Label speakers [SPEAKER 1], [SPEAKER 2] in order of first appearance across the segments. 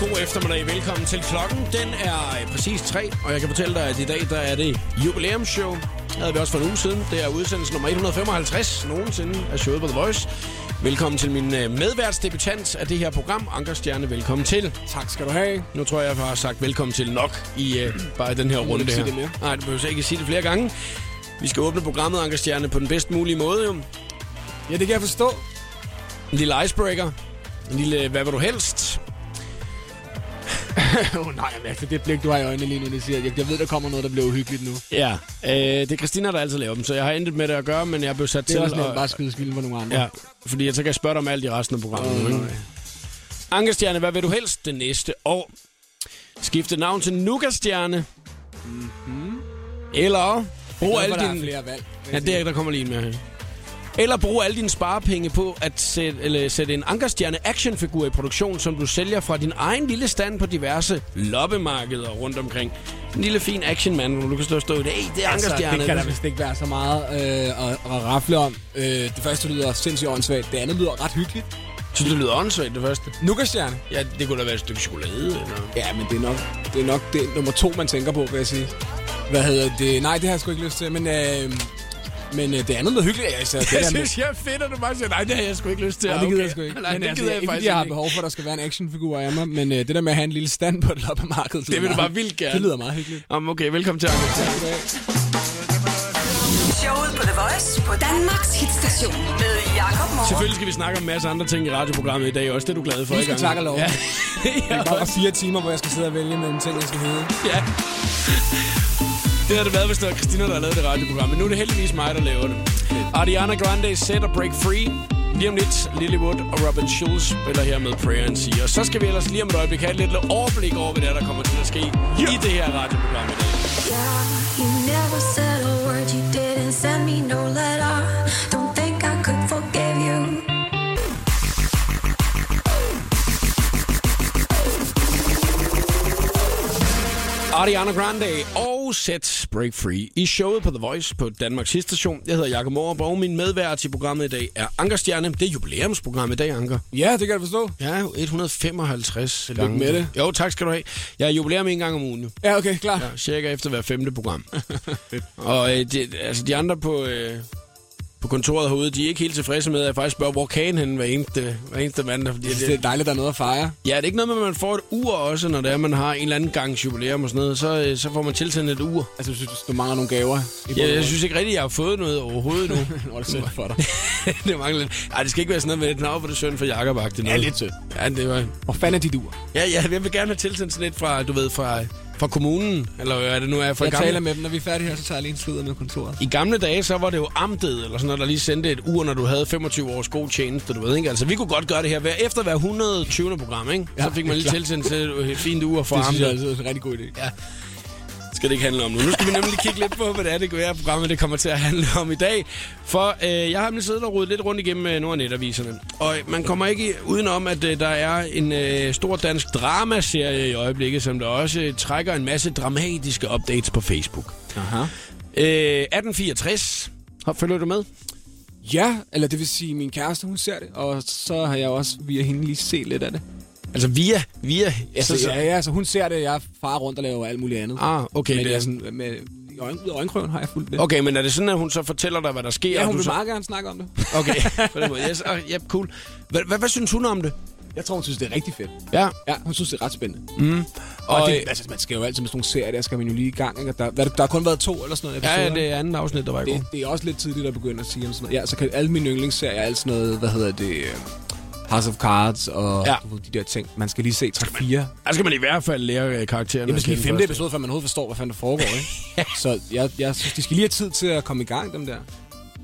[SPEAKER 1] god eftermiddag. Velkommen til klokken. Den er øh, præcis tre, og jeg kan fortælle dig, at i dag der er det jubilæumsshow. Det havde vi også for en uge siden. Det er udsendelse nummer 155 nogensinde af showet på The Voice. Velkommen til min øh, medværtsdebutant af det her program, Ankerstjerne. Velkommen til.
[SPEAKER 2] Tak skal du have.
[SPEAKER 1] Nu tror jeg, jeg har sagt velkommen til nok i øh, bare i den her runde
[SPEAKER 2] ikke
[SPEAKER 1] her.
[SPEAKER 2] sige det mere.
[SPEAKER 1] Nej, du behøver ikke sige det flere gange. Vi skal åbne programmet, Ankerstjerne, på den bedst mulige måde. Jo.
[SPEAKER 2] Ja, det kan jeg forstå.
[SPEAKER 1] En lille icebreaker. En lille, øh, hvad vil du helst?
[SPEAKER 2] Åh oh, nej, jeg mærker det blik, du har i øjnene lige nu, det siger. Jeg, jeg ved, der kommer noget, der bliver uhyggeligt nu.
[SPEAKER 1] Ja, øh, det er Christina, der altid laver dem, så jeg har intet med det at gøre, men jeg blev sat
[SPEAKER 2] Det
[SPEAKER 1] til
[SPEAKER 2] er også nemt
[SPEAKER 1] at-
[SPEAKER 2] bare at skyde skylden på nogle andre.
[SPEAKER 1] Ja, fordi jeg så kan jeg spørge dig om alt i resten af programmet. Oh, Ankerstjerne, hvad vil du helst det næste år? Skifte navn til Nugastjerne? Mm-hmm.
[SPEAKER 2] Mhm.
[SPEAKER 1] Eller brug alle
[SPEAKER 2] alle
[SPEAKER 1] dine...
[SPEAKER 2] flere valg.
[SPEAKER 1] Ja, det er, der kommer lige en mere her. Eller brug alle dine sparepenge på at sætte, eller sætte en ankerstjerne actionfigur i produktion, som du sælger fra din egen lille stand på diverse loppemarkeder rundt omkring. En lille fin actionmand, hvor du kan stå og stå i det. Hey, det er
[SPEAKER 2] Altså,
[SPEAKER 1] ankerstjerne.
[SPEAKER 2] det kan der vist ikke være så meget øh, at, at rafle om. Øh, det første lyder sindssygt åndssvagt. Det andet lyder ret hyggeligt.
[SPEAKER 1] Synes, det lyder åndssvagt, det første?
[SPEAKER 2] Nukastjerne.
[SPEAKER 1] Ja, det kunne da være et stykke chokolade, eller...
[SPEAKER 2] Ja, men det er nok det, er nok det nummer to, man tænker på, vil jeg sige. Hvad hedder det? Nej, det har jeg sgu ikke lyst til, men... Øh, men øh, det andet lyder hyggeligt, altså. Det der med-
[SPEAKER 1] jeg er fedt, at du bare siger, nej, det har jeg sgu ikke lyst til.
[SPEAKER 2] Ja, det gider jeg sgu ikke.
[SPEAKER 1] Nej,
[SPEAKER 2] men
[SPEAKER 1] det
[SPEAKER 2] altså,
[SPEAKER 1] gider jeg,
[SPEAKER 2] ikke,
[SPEAKER 1] faktisk
[SPEAKER 2] fordi jeg har behov for, at der skal være en actionfigur af mig, men øh, det der med at have en lille stand på et loppemarked, det, lyder
[SPEAKER 1] vil du
[SPEAKER 2] meget-
[SPEAKER 1] bare vildt gerne.
[SPEAKER 2] Det lyder meget hyggeligt.
[SPEAKER 1] Om, okay, velkommen til Anker.
[SPEAKER 3] Showet på The Voice på Danmarks hitstation med Jakob Morup.
[SPEAKER 1] Selvfølgelig skal vi snakke om en masse andre ting i radioprogrammet i dag også. Det er du glad for,
[SPEAKER 2] Nu
[SPEAKER 1] ikke?
[SPEAKER 2] skal tak og lov.
[SPEAKER 1] Ja.
[SPEAKER 2] Det er bare fire timer, hvor jeg skal sidde og vælge mellem ting, jeg skal hedde.
[SPEAKER 1] ja. Det havde det været, hvis det var Christina, der havde lavet det radioprogram. Men nu er det heldigvis mig, der laver det. Ariana Grande Set og Break Free. Lige om lidt, Lilywood og Robin Schulz spiller her med Prayer and Sea. Og så skal vi ellers lige om et øjeblik have et lidt overblik over, hvad det er, der kommer til at ske i det her radioprogram i dag.
[SPEAKER 4] Yeah, you never said a word, you didn't send me no letter. Don't think I could forgive you.
[SPEAKER 1] Ariana Grande og Set Break Free i showet på The Voice på Danmarks station. Jeg hedder Jakob Morup, og min medvært i programmet i dag er Anker Stjerne. Det er jubilæumsprogram i dag, Anker.
[SPEAKER 2] Ja, det kan jeg forstå.
[SPEAKER 1] Ja, 155 Lykke
[SPEAKER 2] med det.
[SPEAKER 1] Jo, tak skal du have. Jeg er jubilæum en gang om ugen, jo.
[SPEAKER 2] Ja, okay, klar.
[SPEAKER 1] Ja, cirka efter hver femte program. og øh, de, altså, de andre på, øh, på kontoret herude, de er ikke helt tilfredse med, at jeg faktisk spørger, hvor kagen henne hver eneste, hver eneste mandag. Fordi
[SPEAKER 2] Jeg synes,
[SPEAKER 1] det,
[SPEAKER 2] det er dejligt, der er noget at fejre.
[SPEAKER 1] Ja, det er ikke noget med, at man får et ur også, når det er, man har en eller anden gang jubilæum og sådan noget. Så, øh, så får man tilsendt et ur.
[SPEAKER 2] Altså, jeg synes, du mangler nogle gaver. i bund
[SPEAKER 1] Ja,
[SPEAKER 2] og
[SPEAKER 1] jeg
[SPEAKER 2] grund.
[SPEAKER 1] synes ikke rigtigt, jeg har fået noget overhovedet nu.
[SPEAKER 2] Nå, det er synd for dig.
[SPEAKER 1] det mangler lidt. Ej, det skal ikke være sådan noget med, at navn for det søn for Jakob noget.
[SPEAKER 2] Ja, lidt sødt.
[SPEAKER 1] Ja, det var...
[SPEAKER 2] Hvor fanden er de duer?
[SPEAKER 1] Ja, ja, jeg vil gerne have tilsendt sådan lidt fra, du ved, fra, fra kommunen. Eller hvad er det nu er fra
[SPEAKER 2] Jeg
[SPEAKER 1] gamle...
[SPEAKER 2] taler med dem, når vi er færdige her, så tager jeg lige en slud med kontoret.
[SPEAKER 1] I gamle dage, så var det jo amtet, eller sådan noget, der lige sendte et ur, når du havde 25 års god tjeneste, du ved ikke? Altså, vi kunne godt gøre det her hver, efter hver 120. program, ikke? Ja,
[SPEAKER 2] Ja,
[SPEAKER 1] så fik man
[SPEAKER 2] det
[SPEAKER 1] lige
[SPEAKER 2] er klart.
[SPEAKER 1] tilsendt til et fint ur fra
[SPEAKER 2] Det synes jeg
[SPEAKER 1] amtet.
[SPEAKER 2] altså er en rigtig god idé.
[SPEAKER 1] skal det ikke handle om nu. Nu skal vi nemlig kigge lidt på, hvad det er, det kan være, programmet det kommer til at handle om i dag. For øh, jeg har nemlig siddet og rodet lidt rundt igennem øh, nogle af netaviserne. Og øh, man kommer ikke udenom, at øh, der er en øh, stor dansk dramaserie i øjeblikket, som der også øh, trækker en masse dramatiske updates på Facebook.
[SPEAKER 2] Aha.
[SPEAKER 1] Øh, 1864. Hop, Følger du med?
[SPEAKER 2] Ja, eller det vil sige, min kæreste, hun ser det, og så har jeg også via hende lige set lidt af det.
[SPEAKER 1] Altså via, via... E
[SPEAKER 2] Altså, så, ja, ja, så hun ser det, jeg farer rundt og laver alt muligt andet.
[SPEAKER 1] Ah, okay. det
[SPEAKER 2] men jeg
[SPEAKER 1] er-
[SPEAKER 2] er sådan, med, i øjen, ud af øjenkrogen har jeg fulgt det.
[SPEAKER 1] Okay, men er det sådan, at hun så fortæller dig, hvad der sker?
[SPEAKER 2] Ja,
[SPEAKER 1] og
[SPEAKER 2] hun
[SPEAKER 1] du
[SPEAKER 2] vil
[SPEAKER 1] så...
[SPEAKER 2] meget gerne snakke om det.
[SPEAKER 1] Okay, på den måde. Yes, ah, yep, cool. Hvad, hvad, hvad synes hun om det?
[SPEAKER 2] Jeg tror, hun synes, det er rigtig fedt.
[SPEAKER 1] Ja,
[SPEAKER 2] Ja, hun synes, det er ret spændende. Og,
[SPEAKER 1] og...
[SPEAKER 2] og det, altså, man skal jo altid med sådan nogle serier, der skal man jo lige i gang. Ikke? Og Der, hvad, er det- der har kun været to eller sådan noget.
[SPEAKER 1] Ja, ja,
[SPEAKER 2] episoder.
[SPEAKER 1] det er anden afsnit, der var i går.
[SPEAKER 2] det, det er også lidt tidligt at begynde at sige om sådan noget. Ja, så kan alle mine yndlingsserier, alt sådan noget, hvad hedder det, øh, House of Cards og
[SPEAKER 1] Ja.
[SPEAKER 2] ja. du ved, de der ting. Man skal lige se 3-4.
[SPEAKER 1] Der skal man i hvert fald lære øh, karaktererne.
[SPEAKER 2] Det er måske
[SPEAKER 1] at kende
[SPEAKER 2] femte
[SPEAKER 1] først.
[SPEAKER 2] episode, før man overhovedet forstår, hvad fanden der foregår, ikke? Så jeg, jeg synes, de skal lige have tid til at komme i gang, dem der.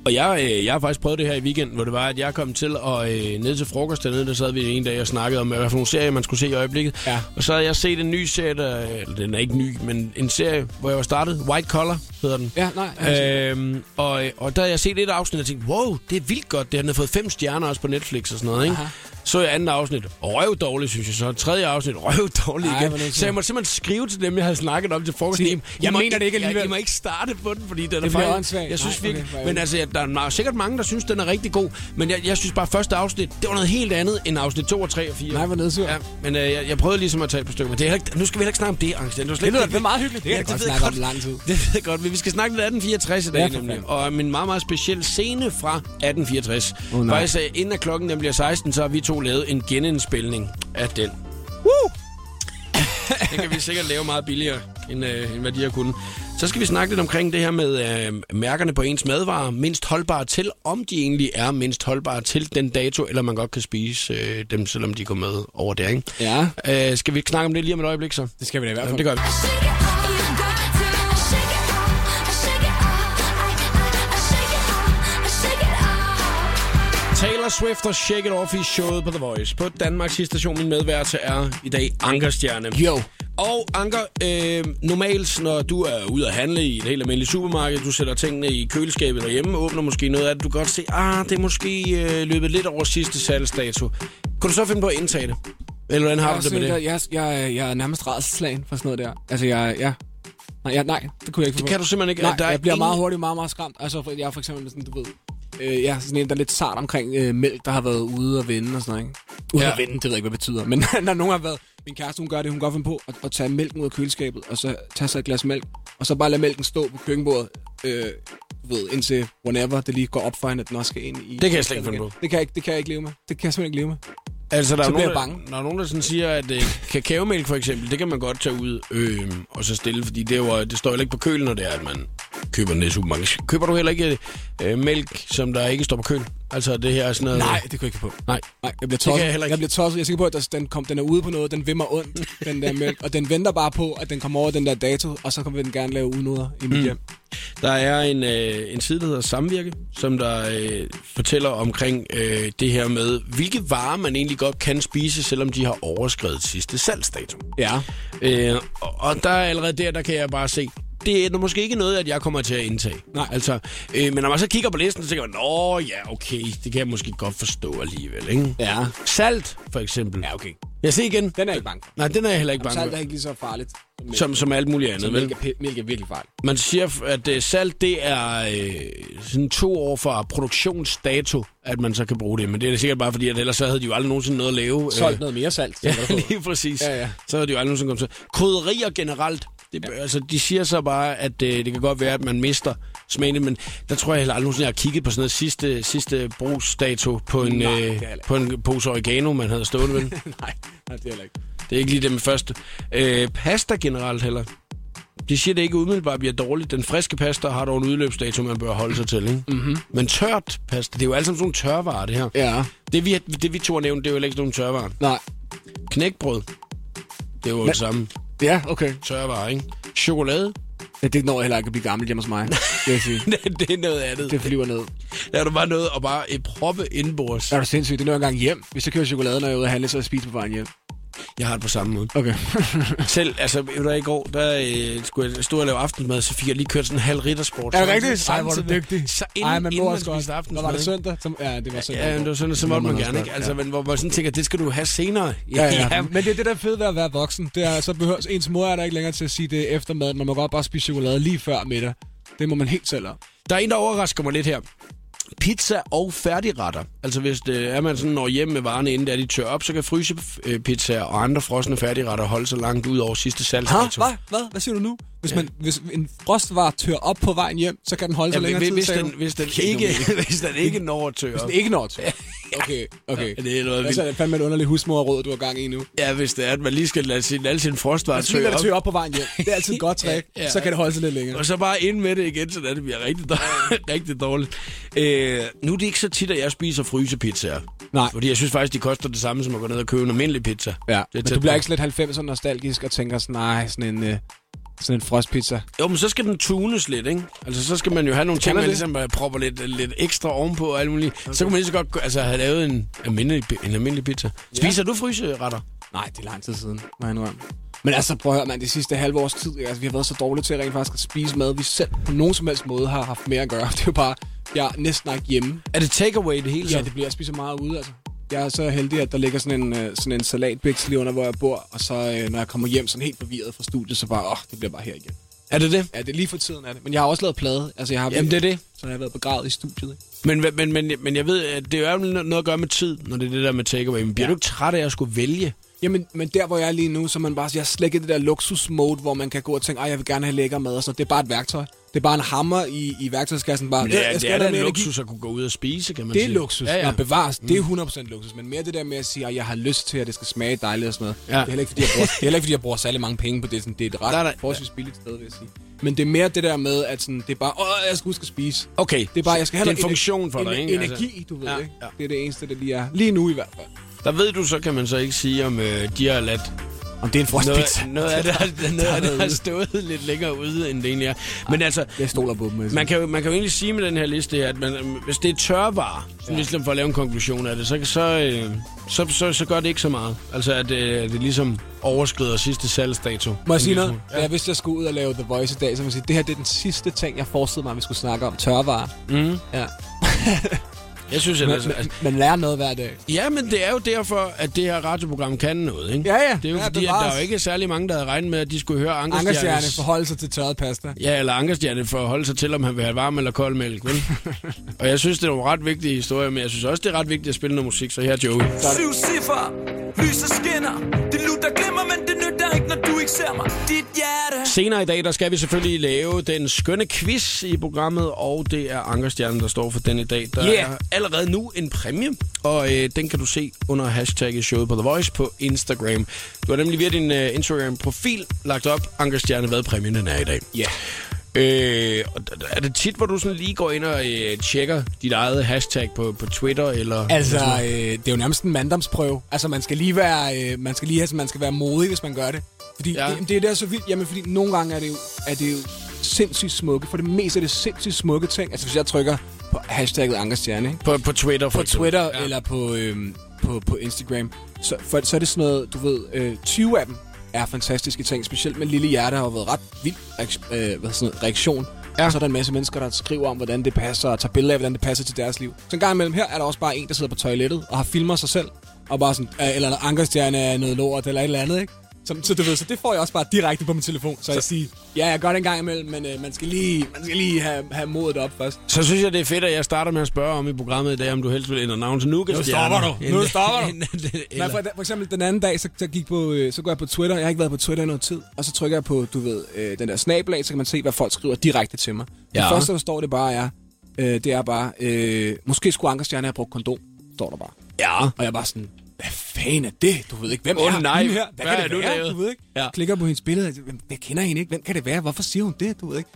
[SPEAKER 1] Og jeg, øh, jeg har faktisk prøvet det her i weekenden, hvor det var, at jeg kom til og øh, ned til frokost dernede, der sad vi en dag og snakkede om, hvad for nogle serier man skulle se i øjeblikket.
[SPEAKER 2] Ja.
[SPEAKER 1] Og så havde jeg set en ny serie, der, eller den er ikke ny, men en serie, hvor jeg var startet, White Collar. hedder den.
[SPEAKER 2] Ja, nej, jeg har
[SPEAKER 1] Øhm, og, og der har jeg set et afsnit, og tænkte, wow, det er vildt godt. Det har den har fået fem stjerner også på Netflix og sådan noget, ikke?
[SPEAKER 2] Aha.
[SPEAKER 1] Så jeg andet afsnit, røv dårligt, synes jeg så. Tredje afsnit, røv dårligt
[SPEAKER 2] Ej,
[SPEAKER 1] igen.
[SPEAKER 2] hvor nødt til.
[SPEAKER 1] så jeg måtte simpelthen skrive til dem, jeg havde snakket om til frokost.
[SPEAKER 2] Sige, "Jeg mener det ikke alligevel."
[SPEAKER 1] Jeg, må ikke starte på den, fordi den er
[SPEAKER 2] bliver
[SPEAKER 1] fejl.
[SPEAKER 2] åndssvagt.
[SPEAKER 1] Jeg synes
[SPEAKER 2] Nej,
[SPEAKER 1] virkelig,
[SPEAKER 2] okay, hvor
[SPEAKER 1] men altså, der er meget, sikkert mange, der synes, den er rigtig god. Men jeg, jeg synes bare, første afsnit, det var noget helt andet end afsnit 2 og 3 og 4.
[SPEAKER 2] Nej, hvor nedsur.
[SPEAKER 1] Ja, men øh, jeg, jeg prøvede ligesom at tage et par stykker, men det er heller ikke, nu skal vi heller ikke snakke om det, Angst. Det, var slet
[SPEAKER 2] Det lyder
[SPEAKER 1] ikke-
[SPEAKER 2] da meget hyggeligt. Det kan jeg godt
[SPEAKER 1] ved jeg
[SPEAKER 2] snakke om i lang tid.
[SPEAKER 1] Det ved jeg godt, men vi skal snakke lidt 1864 i dag,
[SPEAKER 2] Ja,
[SPEAKER 1] ja,
[SPEAKER 2] for
[SPEAKER 1] nemlig.
[SPEAKER 2] fanden.
[SPEAKER 1] Og om en meget, meget speciel scene fra 1864.
[SPEAKER 2] Åh,
[SPEAKER 1] Oh,
[SPEAKER 2] nej.
[SPEAKER 1] Faktisk, øh, inden at klokken den bliver 16, så har vi to lavet en genindspilning af den.
[SPEAKER 2] Woo!
[SPEAKER 1] Den kan vi sikkert lave meget billigere, end, øh, end hvad de har kunnet. Så skal vi snakke lidt omkring det her med øh, mærkerne på ens madvarer. Mindst holdbare til, om de egentlig er mindst holdbare til den dato, eller man godt kan spise øh, dem, selvom de går med over der, ikke?
[SPEAKER 2] Ja.
[SPEAKER 1] Øh, skal vi snakke om det lige om et øjeblik, så?
[SPEAKER 2] Det skal vi da i hvert
[SPEAKER 1] Jamen,
[SPEAKER 2] fald.
[SPEAKER 1] det gør vi. Taylor Swift og Shake It Off i showet på The Voice. På Danmarks station min medværelse er i dag Ankerstjerne.
[SPEAKER 2] Jo.
[SPEAKER 1] Og Anker, øh, normalt når du er ude at handle i et helt almindeligt supermarked, du sætter tingene i køleskabet derhjemme, åbner måske noget af det, du kan godt se, ah, det er måske øh, løbet lidt over sidste salgsdato. Kunne du så finde på at indtage det? Eller hvordan
[SPEAKER 2] Jeg,
[SPEAKER 1] har
[SPEAKER 2] er
[SPEAKER 1] du det
[SPEAKER 2] også,
[SPEAKER 1] med
[SPEAKER 2] jeg,
[SPEAKER 1] det?
[SPEAKER 2] jeg, jeg, jeg er nærmest rædselslagen for sådan noget der. Altså, jeg... jeg nej, jeg, nej, det kunne jeg ikke
[SPEAKER 1] Det
[SPEAKER 2] få
[SPEAKER 1] kan du simpelthen ikke.
[SPEAKER 2] Nej,
[SPEAKER 1] Der er
[SPEAKER 2] jeg bliver
[SPEAKER 1] ingen-
[SPEAKER 2] meget hurtigt meget, meget skræmt. Altså, for- jeg er for eksempel sådan, du ved... Øh, jeg er sådan en, der er lidt sart omkring øh, mælk, der har været ude og vende og sådan noget, ikke? Ude
[SPEAKER 1] Ja.
[SPEAKER 2] ja. at vende, det ved jeg ikke, hvad det betyder. Men når nogen har været... Min kæreste, hun gør det, hun går godt finde på at, at, tage mælken ud af køleskabet, og så tage sig et glas mælk, og så bare lade mælken stå på køkkenbordet, øh, du ved, indtil whenever det lige går op for hende, at den også skal ind i...
[SPEAKER 1] Det kan jeg slet ikke finde på.
[SPEAKER 2] Det kan jeg, ikke, det kan jeg ikke leve med. Det kan jeg simpelthen ikke leve med.
[SPEAKER 1] Altså, der er
[SPEAKER 2] Så
[SPEAKER 1] jo nogen,
[SPEAKER 2] bliver jeg
[SPEAKER 1] der-
[SPEAKER 2] bange.
[SPEAKER 1] Der, er nogen, der sådan siger, at øh, kakaomælk for eksempel, det kan man godt tage ud øh, og så stille, fordi det, er jo, øh, det står jo ikke på kølen, når det er, at man køber den i supermarkedet. Køber du heller ikke øh, mælk, som der ikke står på kølen? Altså, det her er sådan noget...
[SPEAKER 2] Nej, det kunne jeg ikke få på.
[SPEAKER 1] Nej.
[SPEAKER 2] Øh. Nej, jeg
[SPEAKER 1] kan
[SPEAKER 2] bliver tosset.
[SPEAKER 1] jeg
[SPEAKER 2] Jeg,
[SPEAKER 1] heller ikke.
[SPEAKER 2] jeg bliver tosset. Jeg er sikker på, at der- den, kom, den er ude på noget, den vimmer ondt, den der mælk. Og den venter bare på, at den kommer over den der dato, og så kommer den gerne lave unoder i mit mm. hjem.
[SPEAKER 1] Der er en, øh, en side, der hedder Samvirke, som der øh, fortæller omkring øh, det her med, hvilke varer man egentlig godt kan spise, selvom de har overskrevet sidste salgsdato.
[SPEAKER 2] Ja.
[SPEAKER 1] Øh, og, og der er allerede der, der kan jeg bare se, det er nu måske ikke noget, at jeg kommer til at indtage.
[SPEAKER 2] Nej.
[SPEAKER 1] Altså, øh, men når man så kigger på listen, så tænker man, nå ja, okay, det kan jeg måske godt forstå alligevel, ikke?
[SPEAKER 2] Ja.
[SPEAKER 1] Salt, for eksempel.
[SPEAKER 2] Ja, okay.
[SPEAKER 1] Jeg ser igen.
[SPEAKER 2] Den er jeg ikke bange for.
[SPEAKER 1] Nej, den er jeg heller ikke
[SPEAKER 2] Salt
[SPEAKER 1] bange
[SPEAKER 2] er
[SPEAKER 1] for.
[SPEAKER 2] ikke lige så farligt. som mælk.
[SPEAKER 1] Som, som alt muligt
[SPEAKER 2] Så
[SPEAKER 1] andet,
[SPEAKER 2] mælk
[SPEAKER 1] vel?
[SPEAKER 2] er, pi- mælk er virkelig farligt.
[SPEAKER 1] Man siger, at øh, salt, det er øh, sådan to år fra produktionsdato, at man så kan bruge det. Men det er sikkert bare fordi, at ellers så havde de jo aldrig nogensinde noget at lave. øh,
[SPEAKER 2] Solgt noget mere salt.
[SPEAKER 1] Ja,
[SPEAKER 2] tænker du på.
[SPEAKER 1] lige præcis.
[SPEAKER 2] Ja, ja.
[SPEAKER 1] Så er det jo aldrig nogensinde kommet til. Krydderier generelt, det, ja. altså, de siger så bare, at øh, det kan godt være, at man mister smagen, men der tror jeg heller aldrig nogensinde, jeg har kigget på sådan noget sidste, sidste brugsdato på en,
[SPEAKER 2] Nej, det har
[SPEAKER 1] øh,
[SPEAKER 2] jeg heller
[SPEAKER 1] på en pose oregano, man havde stående vel.
[SPEAKER 2] Nej, nej, det er heller ikke.
[SPEAKER 1] det er ikke lige det med første. Øh, pasta generelt heller. De siger, det ikke umiddelbart bliver dårligt. Den friske pasta har dog en udløbsdato, man bør holde sig til. Ikke? Mm-hmm. Men tørt pasta, det er jo alt sammen sådan nogle tørvarer, det her.
[SPEAKER 2] Mhm. Ja.
[SPEAKER 1] Det, vi, det vi to har nævnt, det er jo heller ikke nogen tørvarer.
[SPEAKER 2] Nej.
[SPEAKER 1] Knækbrød, det er jo det samme
[SPEAKER 2] Ja, okay.
[SPEAKER 1] tørvarer, ikke? Chokolade,
[SPEAKER 2] Ja, det når heller ikke at blive gammel hjemme hos mig. Det, vil jeg sige.
[SPEAKER 1] det er noget andet.
[SPEAKER 2] det flyver ned.
[SPEAKER 1] Der er du bare noget at bare et proppe indbords.
[SPEAKER 2] Er du sindssygt? Det når jeg engang hjem. Hvis jeg kører chokolade, når jeg er ude at handle, så er jeg spise på vejen hjem.
[SPEAKER 1] Jeg har det på samme måde.
[SPEAKER 2] Okay.
[SPEAKER 1] Selv, altså, ved du, hvad, i går, der øh, skulle jeg stå og lave aftensmad, så fik jeg lige kørt sådan en halv riddersport.
[SPEAKER 2] er
[SPEAKER 1] Samtidig-
[SPEAKER 2] det rigtigt? Ej, hvor er du
[SPEAKER 1] samtidig-
[SPEAKER 2] dygtig.
[SPEAKER 1] Så inden,
[SPEAKER 2] Ej,
[SPEAKER 1] man
[SPEAKER 2] må
[SPEAKER 1] inden man
[SPEAKER 2] også godt.
[SPEAKER 1] spiste aftensmad.
[SPEAKER 2] Nå, var det
[SPEAKER 1] ikke?
[SPEAKER 2] søndag? Som, ja, det var søndag.
[SPEAKER 1] Ja, men det var sådan, så
[SPEAKER 2] Det
[SPEAKER 1] måtte
[SPEAKER 2] må
[SPEAKER 1] man
[SPEAKER 2] også
[SPEAKER 1] gerne,
[SPEAKER 2] godt,
[SPEAKER 1] ikke? Altså, men hvor man sådan tænker, det skal du have senere.
[SPEAKER 2] Ja, ja, ja. Men det er det, der er fedt ved at være voksen. Det er, så behøver ens mor er der ikke længere til at sige det efter maden. Man må godt bare spise chokolade lige før middag. Det må man helt selv om.
[SPEAKER 1] Der er en, der overrasker mig lidt her. Pizza og færdigretter. Altså hvis det er man sådan når hjem med varerne, inden det er, de tør op, så kan frysepizza og andre frosne færdigretter holde så langt ud over sidste salgsdato.
[SPEAKER 2] Hvad? Hvad siger du nu? Hvis, man, hvis en frostvar tør op på vejen hjem, så kan den holde sig
[SPEAKER 1] Ja,
[SPEAKER 2] længere
[SPEAKER 1] hvis,
[SPEAKER 2] tid,
[SPEAKER 1] hvis,
[SPEAKER 2] sagde
[SPEAKER 1] den,
[SPEAKER 2] du?
[SPEAKER 1] hvis, den
[SPEAKER 2] Det er
[SPEAKER 1] ikke,
[SPEAKER 2] dumt.
[SPEAKER 1] hvis den ikke når at tør op.
[SPEAKER 2] Den ikke når til. Okay, okay.
[SPEAKER 1] Ja, det er noget
[SPEAKER 2] Altså, det er fandme et underligt husmorråd, du har gang i nu.
[SPEAKER 1] Ja, hvis det er, at man lige skal lade sin, alle sine frostvarer
[SPEAKER 2] Så
[SPEAKER 1] tør
[SPEAKER 2] det
[SPEAKER 1] op.
[SPEAKER 2] tør op på vejen hjem. Det er altid et godt trick.
[SPEAKER 1] Ja, ja.
[SPEAKER 2] Så kan det holde sig lidt længere.
[SPEAKER 1] Og så bare ind med det igen, så det bliver rigtig dårligt. rigtig dårligt. Øh, nu er det ikke så tit, at jeg spiser frysepizzaer.
[SPEAKER 2] Nej.
[SPEAKER 1] Fordi jeg synes faktisk, de koster det samme, som at gå ned og købe en almindelig pizza.
[SPEAKER 2] Ja,
[SPEAKER 1] Det er
[SPEAKER 2] men
[SPEAKER 1] tæt
[SPEAKER 2] du bliver
[SPEAKER 1] på.
[SPEAKER 2] ikke sådan lidt 90'er nostalgisk og tænker sådan, nej, sådan en, øh, sådan en frostpizza.
[SPEAKER 1] Jo, men så skal den tunes lidt, ikke? Altså, så skal man jo have nogle ting, man
[SPEAKER 2] man det?
[SPEAKER 1] ligesom øh, propper lidt, lidt ekstra ovenpå og alt muligt. Okay. Så kan man lige så godt altså, have lavet en almindelig, pi- en almindelig pizza. Spiser du fryseretter?
[SPEAKER 2] Nej, det er lang tid siden, må jeg indrømme. Men altså, prøv at høre, man, det sidste halve års tid, ikke? altså, vi har været så dårlige til rent faktisk at spise mad, vi selv på nogen som helst måde har haft mere at gøre. Det er jo bare, jeg er næsten ikke hjemme.
[SPEAKER 1] Er det takeaway det hele?
[SPEAKER 2] Ja, det bliver, jeg spiser meget ude, altså. Jeg er så heldig, at der ligger sådan en, øh, sådan en salatbiks lige under, hvor jeg bor, og så øh, når jeg kommer hjem sådan helt forvirret fra studiet, så bare, åh, det bliver bare her igen.
[SPEAKER 1] Er det det?
[SPEAKER 2] Ja, det er lige for tiden er det. Men jeg har også lavet plade. Altså, jeg har
[SPEAKER 1] Jamen, det er det.
[SPEAKER 2] Så har jeg været begravet i studiet. Ikke?
[SPEAKER 1] Men, men, men, men jeg ved, at det er jo noget at gøre med tid, når det er det der med takeaway. Men bliver ja.
[SPEAKER 2] Ja.
[SPEAKER 1] du ikke træt af at skulle vælge?
[SPEAKER 2] Jamen, men der hvor jeg er lige nu, så er man bare, jeg er slet ikke i det der luksus-mode, hvor man kan gå og tænke, ej, jeg vil gerne have lækker mad og sådan noget. Det er bare et værktøj. Det er bare en hammer i, i værktøjskassen. Bare,
[SPEAKER 1] Men det
[SPEAKER 2] "Øh,
[SPEAKER 1] er,
[SPEAKER 2] jeg
[SPEAKER 1] det
[SPEAKER 2] skal
[SPEAKER 1] er
[SPEAKER 2] have
[SPEAKER 1] da
[SPEAKER 2] noget
[SPEAKER 1] en
[SPEAKER 2] mere energi."
[SPEAKER 1] luksus at kunne gå ud og spise, kan man
[SPEAKER 2] Det er
[SPEAKER 1] sige.
[SPEAKER 2] luksus.
[SPEAKER 1] Ja, Mm. ja.
[SPEAKER 2] bevares. Det er 100% luksus. Men mere det der med at sige, at jeg har lyst til, at det skal smage dejligt og sådan noget.
[SPEAKER 1] Ja.
[SPEAKER 2] Ja. Det, er heller ikke, fordi jeg bruger, det er heller ikke, fordi jeg bruger særlig mange penge på det. Sådan, det er et ret
[SPEAKER 1] Nej, nej.
[SPEAKER 2] forholdsvis billigt sted, vil jeg sige. Men det er mere det der med, at sådan, det er bare, åh, jeg skal huske at spise.
[SPEAKER 1] Mm. Okay,
[SPEAKER 2] Det er bare, jeg skal have
[SPEAKER 1] det er en
[SPEAKER 2] noget ener-
[SPEAKER 1] funktion for
[SPEAKER 2] en,
[SPEAKER 1] dig, ikke? Altså.
[SPEAKER 2] Energi, du ved,
[SPEAKER 1] Ja,
[SPEAKER 2] ikke?
[SPEAKER 1] ja.
[SPEAKER 2] Det er det eneste, der lige er. Lige nu i hvert fald.
[SPEAKER 1] Der ved du, så kan man så ikke sige, om øh, de har ladt
[SPEAKER 2] Om det er
[SPEAKER 1] noget,
[SPEAKER 2] en
[SPEAKER 1] noget af det, har- noget af det har
[SPEAKER 2] noget ude.
[SPEAKER 1] stået lidt længere ude, end det egentlig er. Men altså,
[SPEAKER 2] Jeg stoler på dem.
[SPEAKER 1] man kan, jo, man kan jo egentlig sige med den her liste her, at man, hvis det er tørvarer, ja. ligesom for at lave en konklusion af det, så, så, øh, så, så, så gør det ikke så meget. Altså, at øh, det ligesom overskrider sidste salgsdato.
[SPEAKER 2] Må jeg
[SPEAKER 1] En
[SPEAKER 2] sige
[SPEAKER 1] lille
[SPEAKER 2] noget? Ja. Hvis jeg skulle ud og lave The Voice i dag, så må jeg sige, det her det er den sidste ting, jeg forestillede mig, at vi skulle snakke om. Tørvarer.
[SPEAKER 1] smule. Mm.
[SPEAKER 2] Ja.
[SPEAKER 1] Jeg synes, at... altså, altså,
[SPEAKER 2] Man, man lærer noget hver dag.
[SPEAKER 1] ja, men det er jo derfor, at det her radioprogram kan noget, ikke?
[SPEAKER 2] Ja, ja.
[SPEAKER 1] Det er jo
[SPEAKER 2] Ja,
[SPEAKER 1] fordi, at
[SPEAKER 2] bevares.
[SPEAKER 1] der er jo ikke er særlig mange, der havde regnet med, at de skulle høre
[SPEAKER 2] Ankerstjerne
[SPEAKER 1] Ankerstjernes...
[SPEAKER 2] forholde sig til tørret pasta.
[SPEAKER 1] Ja, eller Ankerstjerne for at holde sig til, om han vil have varm eller kold mælk, vel? og jeg synes, det er nogle ret vigtige historier, men jeg synes også, det er ret vigtigt at spille noget musik, så her er Joey.
[SPEAKER 5] Syv cifre, lyset skinner Det lutter glimmer, men det nytter ikke, når du ikke ser mig Dit hjerte
[SPEAKER 1] Senere i dag, der skal vi selvfølgelig lave den skønne quiz i programmet, og det er Ankerstjernen, der står for den i dag. Der
[SPEAKER 2] Yeah.
[SPEAKER 1] er allerede nu en præmie, og øh, den kan du se under hashtagget showet på The Voice på Instagram. Du har nemlig via din øh, Instagram-profil lagt op, Ankerstjerne, hvad præmien den er i dag.
[SPEAKER 2] Ja.
[SPEAKER 1] Øh, og d- d- er det tit, hvor du sådan lige går ind og øh, tjekker dit eget hashtag på, på Twitter? Eller,
[SPEAKER 2] Altså, øh, det er jo nærmest en manddomsprøve. Altså, man skal lige være, øh, man skal lige have, man skal være modig, hvis man gør det. Fordi
[SPEAKER 1] Ja.
[SPEAKER 2] ja. det, det, er der så vildt. Jamen, fordi nogle gange er det jo, er det jo sindssygt smukke. For det meste er det sindssygt smukke ting. Altså, hvis jeg trykker på hashtagget Ankerstjerne, ikke?
[SPEAKER 1] På, på Twitter, for
[SPEAKER 2] på
[SPEAKER 1] eksempel.
[SPEAKER 2] Twitter ja. eller på, øh, på, på Instagram, så, for, så er det sådan noget, du ved, øh, 20 af dem er fantastiske ting. Specielt med Lille Hjerte har jo været ret vild reak- øh, hvad sådan noget, reaktion.
[SPEAKER 1] Ja.
[SPEAKER 2] Ja. Og så er der en masse mennesker, der skriver om, hvordan det passer, og tager billeder af, hvordan det passer til deres liv. Så en gang imellem her er der også bare en, der sidder på toilettet og har filmer sig selv, og bare sådan, øh, eller ankerstjerne er noget lort, eller et eller andet, ikke? Så, så, du ved, så det får jeg også bare direkte på min telefon. Så, så. jeg siger, ja, jeg gør det en gang imellem, men øh, man skal lige, man skal lige have, have modet op først.
[SPEAKER 1] Så synes jeg, det er fedt, at jeg starter med at spørge om i programmet i dag, om du helst vil ændre navn til Nougat.
[SPEAKER 2] Nu stopper du. Nu stopper du. Nej, for,
[SPEAKER 1] du.
[SPEAKER 2] for eksempel den anden dag, så, så, gik på, øh, så går jeg på Twitter. Jeg har ikke været på Twitter i noget tid. Og så trykker jeg på, du ved, øh, den der snablag, så kan man se, hvad folk skriver direkte til mig. Ja.
[SPEAKER 1] Ja.
[SPEAKER 2] Det første, der står det bare er, øh, det er bare, øh, måske skulle Ankerstjerne have brugt kondom, står der bare.
[SPEAKER 1] Ja.
[SPEAKER 2] Og jeg er bare sådan, hvad fanden er det? Du ved ikke, hvem
[SPEAKER 1] Åh,
[SPEAKER 2] er
[SPEAKER 1] nej.
[SPEAKER 2] hende her? Hvad,
[SPEAKER 1] Hvad
[SPEAKER 2] kan
[SPEAKER 1] er
[SPEAKER 2] det
[SPEAKER 1] du,
[SPEAKER 2] være?
[SPEAKER 1] David?
[SPEAKER 2] Du ved ikke.
[SPEAKER 1] Ja.
[SPEAKER 2] Ja. Klikker på hendes billede, hvem- jeg kender hende ikke, hvem kan det være? Hvorfor siger hun det? Du ved ikke.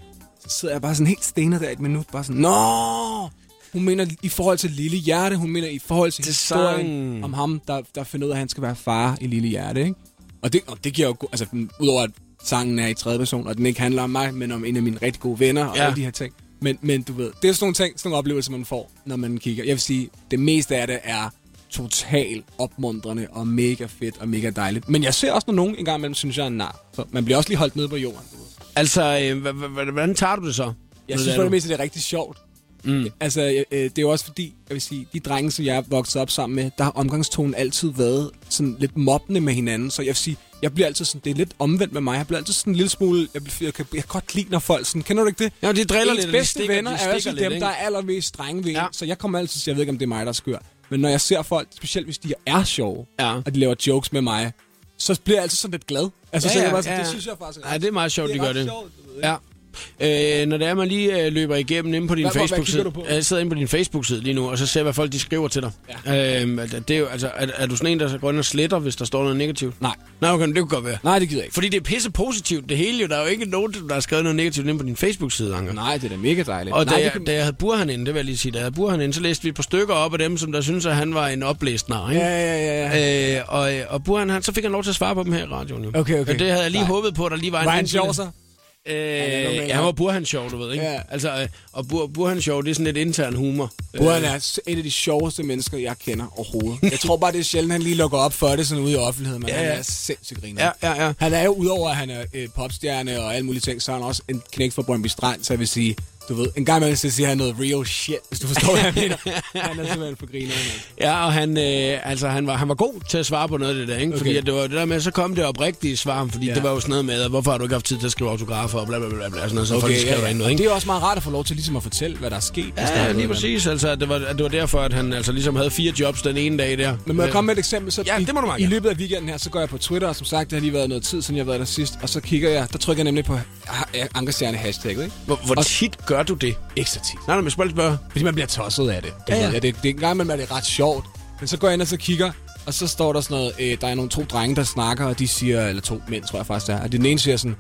[SPEAKER 2] Så sidder jeg bare sådan helt stenet der et minut, bare sådan, Nå! Hun mener i forhold til Lille Hjerte, hun mener i forhold til
[SPEAKER 1] Til
[SPEAKER 2] historien
[SPEAKER 1] sangen.
[SPEAKER 2] om ham, der, der finder ud af, at han skal være far i Lille Hjerte, ikke? Og det, og det giver jo, go- altså den- udover at sangen er i tredje person, og den ikke handler om mig, men om en af mine rigtig gode venner og
[SPEAKER 1] Ja.
[SPEAKER 2] ja. alle de her ting. Men, men du ved, det er sådan nogle ting, sådan nogle oplevelser, man får, når man kigger. Jeg vil sige, det meste af det er totalt opmuntrende og mega fedt og mega dejligt. Men jeg ser også, når nogen engang imellem synes, jeg er en nar. Så man bliver også lige holdt nede på jorden. Du ved.
[SPEAKER 1] Altså, øh, h- h- h- hvordan tager du det så?
[SPEAKER 2] Jeg
[SPEAKER 1] Når
[SPEAKER 2] synes
[SPEAKER 1] er
[SPEAKER 2] for
[SPEAKER 1] du-
[SPEAKER 2] det meste, det er rigtig sjovt. Mm. Altså, jeg- øh, det er jo også fordi, jeg vil sige, de drenge, som jeg er vokset op sammen med, der har omgangstonen altid været sådan lidt mobbende med hinanden. Så jeg vil sige, jeg bliver altid sådan, det er lidt omvendt med mig. Jeg bliver altid sådan en lille smule, jeg, bliver, jeg, kan, jeg kan godt lide, når folk sådan, kender du ikke det?
[SPEAKER 1] Ja, de driller
[SPEAKER 2] Ens
[SPEAKER 1] lidt, og de
[SPEAKER 2] bedste
[SPEAKER 1] stikker- de
[SPEAKER 2] venner er
[SPEAKER 1] stikker
[SPEAKER 2] jo altid
[SPEAKER 1] lidt,
[SPEAKER 2] dem,
[SPEAKER 1] ikke?
[SPEAKER 2] der er allermest strenge ved.
[SPEAKER 1] Ja.
[SPEAKER 2] Ja. Så jeg kommer altid, jeg ved ikke, om det er mig, der er skør. Men når jeg ser folk, specielt hvis de er sjove,
[SPEAKER 1] Ja.
[SPEAKER 2] og de laver jokes med mig, så bliver jeg altid sådan lidt glad. Altså,
[SPEAKER 1] Ja,
[SPEAKER 2] så er
[SPEAKER 1] ja,
[SPEAKER 2] jeg bare sådan,
[SPEAKER 1] ja,
[SPEAKER 2] det
[SPEAKER 1] ja.
[SPEAKER 2] synes jeg faktisk
[SPEAKER 1] Ej, det er meget sjovt,
[SPEAKER 2] det
[SPEAKER 1] de
[SPEAKER 2] er
[SPEAKER 1] gør
[SPEAKER 2] ret
[SPEAKER 1] det.
[SPEAKER 2] sjovt, du ved, ikke?
[SPEAKER 1] Ja. Øh, når det er, man lige øh, løber igennem inde på din
[SPEAKER 2] Hvad- hvor- hvad
[SPEAKER 1] Facebook-side.
[SPEAKER 2] kigger du på?
[SPEAKER 1] Jeg sidder inde på din Facebook-side lige nu, og så ser jeg, hvad folk de skriver til dig. Ja. Øh, det er, jo, altså, er, er, du sådan en, der går ind og sletter, hvis der står noget negativt?
[SPEAKER 2] Nej.
[SPEAKER 1] Nej, okay, men det kunne godt være.
[SPEAKER 2] Nej, det gider jeg ikke.
[SPEAKER 1] Fordi det er pisse positivt, det hele jo. Der er jo ikke nogen, der har skrevet noget negativt inde på din Facebook-side, Anker.
[SPEAKER 2] Nej, det er da mega dejligt.
[SPEAKER 1] Og
[SPEAKER 2] Nej,
[SPEAKER 1] da,
[SPEAKER 2] det
[SPEAKER 1] jeg,
[SPEAKER 2] kan-
[SPEAKER 1] da jeg havde Burhan inde, det vil jeg lige sige, da jeg havde Burhan inde, så læste vi et par stykker op af dem, som der synes at han var en oplæst nar, ikke?
[SPEAKER 2] Ja, ja, ja, ja.
[SPEAKER 1] Øh, og, og Burhan, han, så fik han lov til at svare på dem her i radioen. Jo.
[SPEAKER 2] Okay, okay.
[SPEAKER 1] Og det havde jeg lige
[SPEAKER 2] Nej.
[SPEAKER 1] håbet på, at der lige var en...
[SPEAKER 2] Var han
[SPEAKER 1] enkelt-
[SPEAKER 2] sjov så?
[SPEAKER 1] Øh,
[SPEAKER 2] er normalt.
[SPEAKER 1] ja, han var Burhan Show, du ved, ikke?
[SPEAKER 2] Ja.
[SPEAKER 1] Altså, øh, og Bur, Burhan Show, det er sådan lidt intern humor.
[SPEAKER 2] Burhan er s- et af de sjoveste mennesker, jeg kender overhovedet. Jeg tror bare, det er sjældent, han lige lukker op for det sådan ude i offentligheden, men
[SPEAKER 1] Ja,
[SPEAKER 2] ja, ja.
[SPEAKER 1] ja.
[SPEAKER 2] han er sindssygt griner.
[SPEAKER 1] Øh, Ja, ja, ja.
[SPEAKER 2] Han er jo, udover at han er øh, popstjerne og alle mulige ting, så er han også en knæk for Brøndby Strand, så jeg vil sige, du ved, en gang imellem så siger han noget real shit, hvis du forstår, hvad jeg mener. Han er simpelthen for altså. griner.
[SPEAKER 1] Ja, og han, øh, altså, han, var, han var god til at svare på noget af det der, ikke? Okay. Fordi
[SPEAKER 2] Okay.
[SPEAKER 1] at det var det der med, så kom det oprigtige svar, fordi ja.
[SPEAKER 2] Ja.
[SPEAKER 1] det var jo sådan noget med, at hvorfor har du ikke haft tid til at skrive autografer og bla bla bla, bla sådan noget, så okay, folk skrev ja, ja. noget,
[SPEAKER 2] Og
[SPEAKER 1] ikke?
[SPEAKER 2] Det er også meget rart at få lov til ligesom at fortælle, hvad der er sket. hvis der er
[SPEAKER 1] Ja,
[SPEAKER 2] noget,
[SPEAKER 1] lige
[SPEAKER 2] man-
[SPEAKER 1] præcis. Altså, at det var, at det var derfor, at han altså, ligesom havde fire jobs den ene dag der.
[SPEAKER 2] Men må jeg komme med et eksempel? Så
[SPEAKER 1] Øh, Ja,
[SPEAKER 2] i,
[SPEAKER 1] det må du meget
[SPEAKER 2] I
[SPEAKER 1] gerne.
[SPEAKER 2] løbet af weekenden her, så går jeg på Twitter, og som sagt, det har lige været noget tid, siden jeg har været der sidst, og så kigger jeg, der trykker jeg nemlig på ah, ankerstjerne hashtagget, ikke?
[SPEAKER 1] Hvor, hvor
[SPEAKER 2] Og-
[SPEAKER 1] tit gør du det?
[SPEAKER 2] Ikke så tit.
[SPEAKER 1] Nej, nej, men spørg spørg.
[SPEAKER 2] Fordi man bliver tosset af det.
[SPEAKER 1] Ja,
[SPEAKER 2] Ja,
[SPEAKER 1] ja.
[SPEAKER 2] ja. det, det er en gang, man er det ret sjovt. Men så går jeg ind og så kigger, og så står der sådan noget, øh, der er nogle to drenge, der snakker, og de siger, eller to mænd, tror jeg faktisk det er, og den ene siger sådan,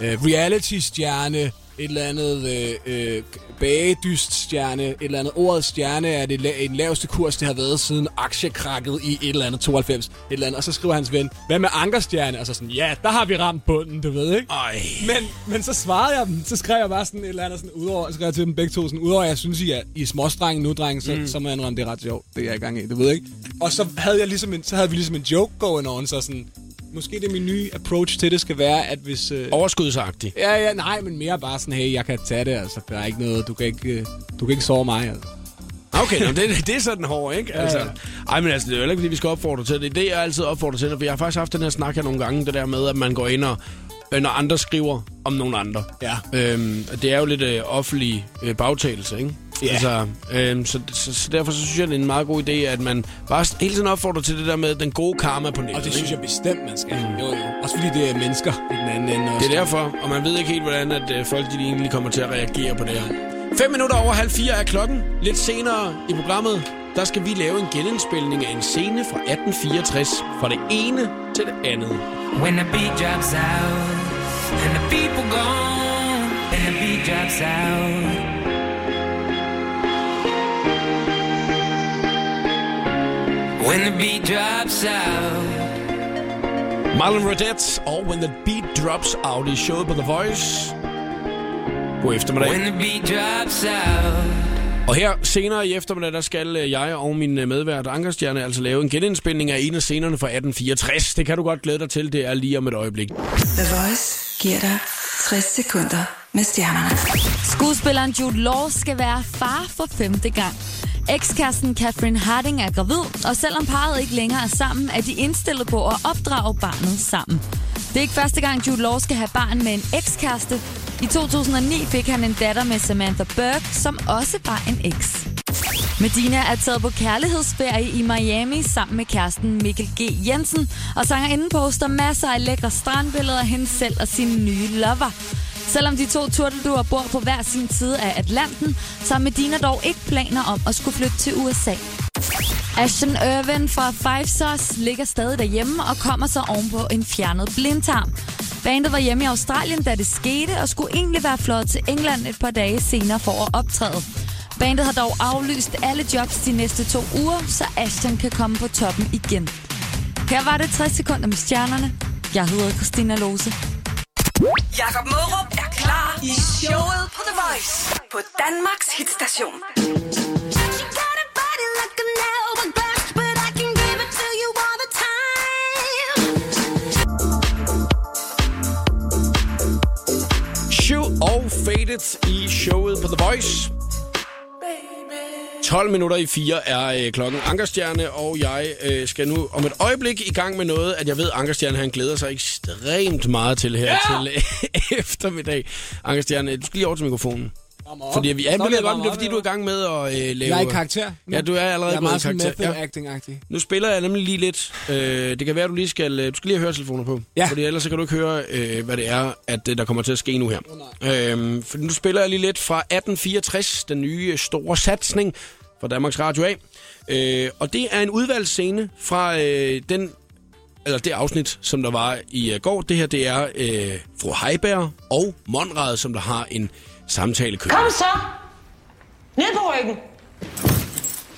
[SPEAKER 2] øh, reality-stjerne, et eller andet øh, øh, bagedyst-stjerne, et eller andet ordet stjerne er det la- en laveste kurs, det har været siden aktiekrakket i et eller andet 92, et eller andet. Og så skriver hans ven, hvad med ankerstjerne? Og så sådan, ja, der har vi ramt bunden, du ved, ikke?
[SPEAKER 1] Ej.
[SPEAKER 2] Men, men så svarede jeg dem, så skrev jeg bare sådan et eller andet sådan udover, så skrev jeg til dem begge to sådan, udover jeg synes, I er, I er småstrenge nu, drenge, så, mm. så må jeg indrømme, det er ret sjovt, det er jeg i gang i, det ved jeg ikke. Og så havde, jeg ligesom en, så havde vi ligesom en joke going on, så sådan, måske det min nye approach til det skal være, at hvis... Øh,
[SPEAKER 1] Overskudsagtig.
[SPEAKER 2] ja, ja, nej, men mere bare sådan, hey, jeg kan tage det, altså, der er ikke noget, du kan ikke, øh, du kan ikke sove mig, altså.
[SPEAKER 1] Okay, nå, det, det er sådan hård, ikke? Altså, ej, men altså, det er jo heller ikke, fordi vi skal opfordre til det. Det er jeg altid opfordrer til, for jeg har faktisk haft den her snak her nogle gange, det der med, at man går ind og øh, når andre skriver om nogle andre.
[SPEAKER 2] Ja.
[SPEAKER 1] Øhm, og det er jo lidt øh, offentlig øh, bagtagelse, ikke?
[SPEAKER 2] Ja.
[SPEAKER 1] Altså, øhm, så, så, så derfor så synes jeg, det er en meget god idé, at man bare s- hele tiden opfordrer til det der med den gode karma på nettet.
[SPEAKER 2] Og det
[SPEAKER 1] ikke?
[SPEAKER 2] synes jeg bestemt, man skal. Jo, jo. Mm. Også fordi det er mennesker i den anden ende også.
[SPEAKER 1] Det er derfor, og man ved ikke helt, hvordan at øh, folk de egentlig kommer til at reagere på det her. 5 minutter over halv fire er klokken. Lidt senere i programmet, der skal vi lave en genindspilning af en scene fra 1864. Fra det ene til det andet.
[SPEAKER 6] When the beat drops out and the people gone and the beat drops out. When the beat drops out.
[SPEAKER 1] Marlon Rodette og When the Beat Drops Out i showet på The Voice. God eftermiddag.
[SPEAKER 6] When the beat drops out.
[SPEAKER 1] Og her senere i eftermiddag, der skal øh, jeg og min øh, medvært Ankerstjerne altså lave en genindspilning af en af scenerne fra 1864. Det kan du godt glæde dig til, det er lige om et øjeblik.
[SPEAKER 3] The Voice giver dig 60 sekunder med stjernerne.
[SPEAKER 7] Skuespilleren Jude Law skal være far for femte gang. Ekskæresten Catherine Harding er gravid, og selvom parret ikke længere er sammen, er de indstillet på at opdrage barnet sammen. Det er ikke første gang, Jude Law skal have barn med en ekskæreste. I 2009 fik han en datter med Samantha Burke, som også var en eks. Medina er taget på kærlighedsferie i Miami sammen med kæresten Mikkel G. Jensen, og sangerinden poster masser af lækre strandbilleder af hende selv og sin nye lover. Selvom de to turtelduer bor på hver sin side af Atlanten, så har Medina dog ikke planer om at skulle flytte til USA. Ashton Irvin fra Five Sauce ligger stadig derhjemme og kommer så ovenpå en fjernet blindtarm. Bandet var hjemme i Australien, da det skete, og skulle egentlig være fløjet til England et par dage senere for at optræde. Bandet har dog aflyst alle jobs de næste to uger, så Ashton kan komme på toppen igen. Her var det 60 sekunder med stjernerne. Jeg hedder Christina Lose.
[SPEAKER 3] Jakob Mørup er klar i showet på The Voice på Danmarks hitstation.
[SPEAKER 4] She got a body like an hourglass, but I can give it to you all the time.
[SPEAKER 1] 7 og Faded i showet på The Voice. 12 minutter i 4 er øh, klokken. Ankerstjerne og jeg øh, skal nu om et øjeblik i gang med noget, at jeg ved, Ankerstjerne han glæder sig ekstremt meget til her ja! til øh, eftermiddag. Ankerstjerne, du skal lige over til mikrofonen. Fordi vi, ja,
[SPEAKER 2] Stop
[SPEAKER 1] men det,
[SPEAKER 2] lidt
[SPEAKER 1] er, det
[SPEAKER 2] varm
[SPEAKER 1] er
[SPEAKER 2] op,
[SPEAKER 1] fordi,
[SPEAKER 2] jo.
[SPEAKER 1] du er i gang med at øh, lave...
[SPEAKER 2] Jeg er i karakter.
[SPEAKER 1] Ja, du er allerede
[SPEAKER 2] jeg er
[SPEAKER 1] gået
[SPEAKER 2] meget
[SPEAKER 1] i karakter.
[SPEAKER 2] sådan
[SPEAKER 1] Ja.
[SPEAKER 2] method acting-agtig.
[SPEAKER 1] Nu spiller jeg nemlig lige lidt. Øh, det kan være, du lige skal... øh, Du skal lige have høretelefoner på.
[SPEAKER 2] Ja.
[SPEAKER 1] Fordi ellers så kan du ikke høre, øh, hvad det er, at øh, der kommer til at ske nu her. Øhm, for nu spiller jeg lige lidt fra 1864, den nye øh, store satsning fra Danmarks Radio A. Øh, og det er en udvalgsscene fra øh, den, eller det afsnit, som der var i øh, går. Det her, det er øh, fru Heiberg og Monrad, som der har en samtale kørende.
[SPEAKER 8] Kom så! Ned på ryggen!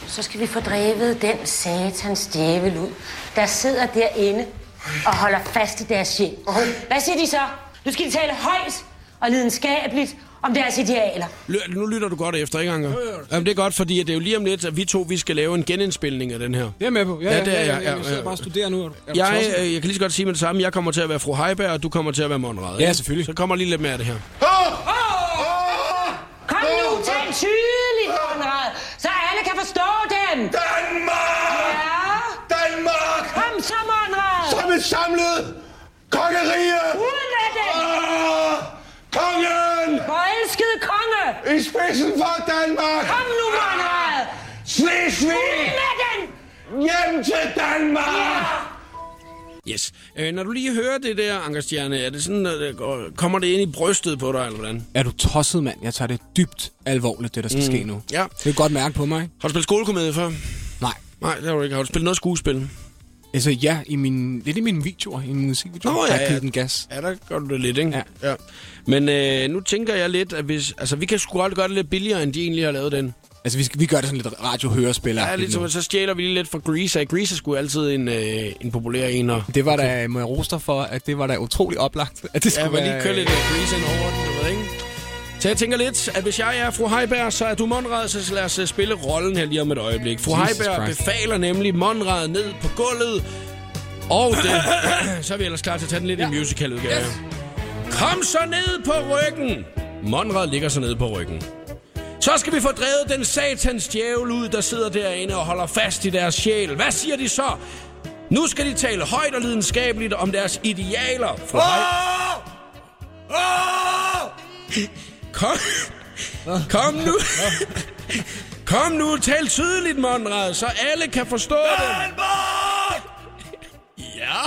[SPEAKER 8] Så skal vi få drevet den satans djævel ud, der sidder derinde og holder fast i deres sjæl. Hvad siger de så? Nu skal de tale højt og lidenskabeligt om deres idealer.
[SPEAKER 1] Lø- Nu lytter du godt efter, ikke, Anker? Jamen, det er godt, fordi at det er jo lige om lidt, at vi to vi skal lave en genindspilning af den her.
[SPEAKER 2] Det er jeg med på. Ja,
[SPEAKER 1] Ja,
[SPEAKER 2] ja,
[SPEAKER 1] det er
[SPEAKER 2] ja,
[SPEAKER 1] jeg,
[SPEAKER 2] ja,
[SPEAKER 1] ja,
[SPEAKER 2] Jeg sidder
[SPEAKER 1] ja.
[SPEAKER 2] bare og studerer nu. Er du- er du
[SPEAKER 1] Jeg,
[SPEAKER 2] tosset?
[SPEAKER 1] øh, jeg kan lige så godt sige med det samme. Jeg kommer til at være fru Heiberg, og du kommer til at være Monrad.
[SPEAKER 2] Ja,
[SPEAKER 1] ikke?
[SPEAKER 2] selvfølgelig.
[SPEAKER 1] Så kommer lige lidt mere af det her.
[SPEAKER 8] Kom nu, tal tydeligt, Konrad, så alle kan forstå dem.
[SPEAKER 9] Danmark!
[SPEAKER 8] Ja,
[SPEAKER 9] Danmark!
[SPEAKER 8] kom så, Konrad.
[SPEAKER 9] Som et samlet kongerige!
[SPEAKER 8] Ud med den,
[SPEAKER 9] Ah! Kongen!
[SPEAKER 8] forelskede konge.
[SPEAKER 9] I spidsen for Danmark!
[SPEAKER 8] Kom nu, Konrad.
[SPEAKER 9] Slesvig!
[SPEAKER 8] Ud med den.
[SPEAKER 9] Hjem til Danmark!
[SPEAKER 1] Yes. Øh, når du lige hører det der, Anker Stjerne, er det sådan, at det går, kommer det ind i brystet på dig, eller hvordan?
[SPEAKER 2] Er du tosset, mand? Jeg tager det dybt alvorligt, det der skal mm. ske nu.
[SPEAKER 1] Ja.
[SPEAKER 2] Det kan godt mærke på mig, ikke?
[SPEAKER 1] Har du spillet skolekomedie før?
[SPEAKER 2] Nej.
[SPEAKER 1] Nej, det har du ikke. Har du spillet noget skuespil?
[SPEAKER 2] Altså ja, i min, lidt i mine videoer, i mine musikvideoer,
[SPEAKER 1] Nå,
[SPEAKER 2] oh,
[SPEAKER 1] ja,
[SPEAKER 2] ja, der
[SPEAKER 1] ja.
[SPEAKER 2] er givet den gas.
[SPEAKER 1] Ja, der gør du det lidt, ikke?
[SPEAKER 2] Ja.
[SPEAKER 1] ja. Men øh, nu tænker jeg lidt, at hvis... Altså, vi kan sgu godt gøre det lidt billigere, end de egentlig har lavet den.
[SPEAKER 2] Altså vi, skal, vi gør det sådan lidt radiohørespiller.
[SPEAKER 1] Ja, lidt som, så stjæler vi lige lidt fra Grease. af. Grease er sgu altid en, øh, en populær en, og...
[SPEAKER 2] Det var da, må jeg rose dig for, at det var da utrolig oplagt, at det
[SPEAKER 1] Ja,
[SPEAKER 2] skulle
[SPEAKER 1] men
[SPEAKER 2] være...
[SPEAKER 1] lige køre lidt øh, Grease ind over den, du ved, ikke? Så jeg tænker lidt, at hvis jeg er fru Heiberg, så er du Monrad, så lad os øh, spille rollen her lige om et øjeblik. Fru
[SPEAKER 2] Jesus
[SPEAKER 1] Heiberg
[SPEAKER 2] Christ.
[SPEAKER 1] befaler nemlig Monrad ned på gulvet, og det, så er vi ellers klar til at tage den lidt ja. i musicaludgave. Yes. Kom så ned på ryggen! Monrad ligger så ned på ryggen. Så skal vi få drevet den satans djævel ud, der sidder derinde og holder fast i deres sjæl. Hvad siger de så? Nu skal de tale højt og lidenskabeligt om deres idealer. Fru Hei- Kom, kom nu. Kom nu, tal tydeligt, Monrad, så alle kan forstå det. Ja.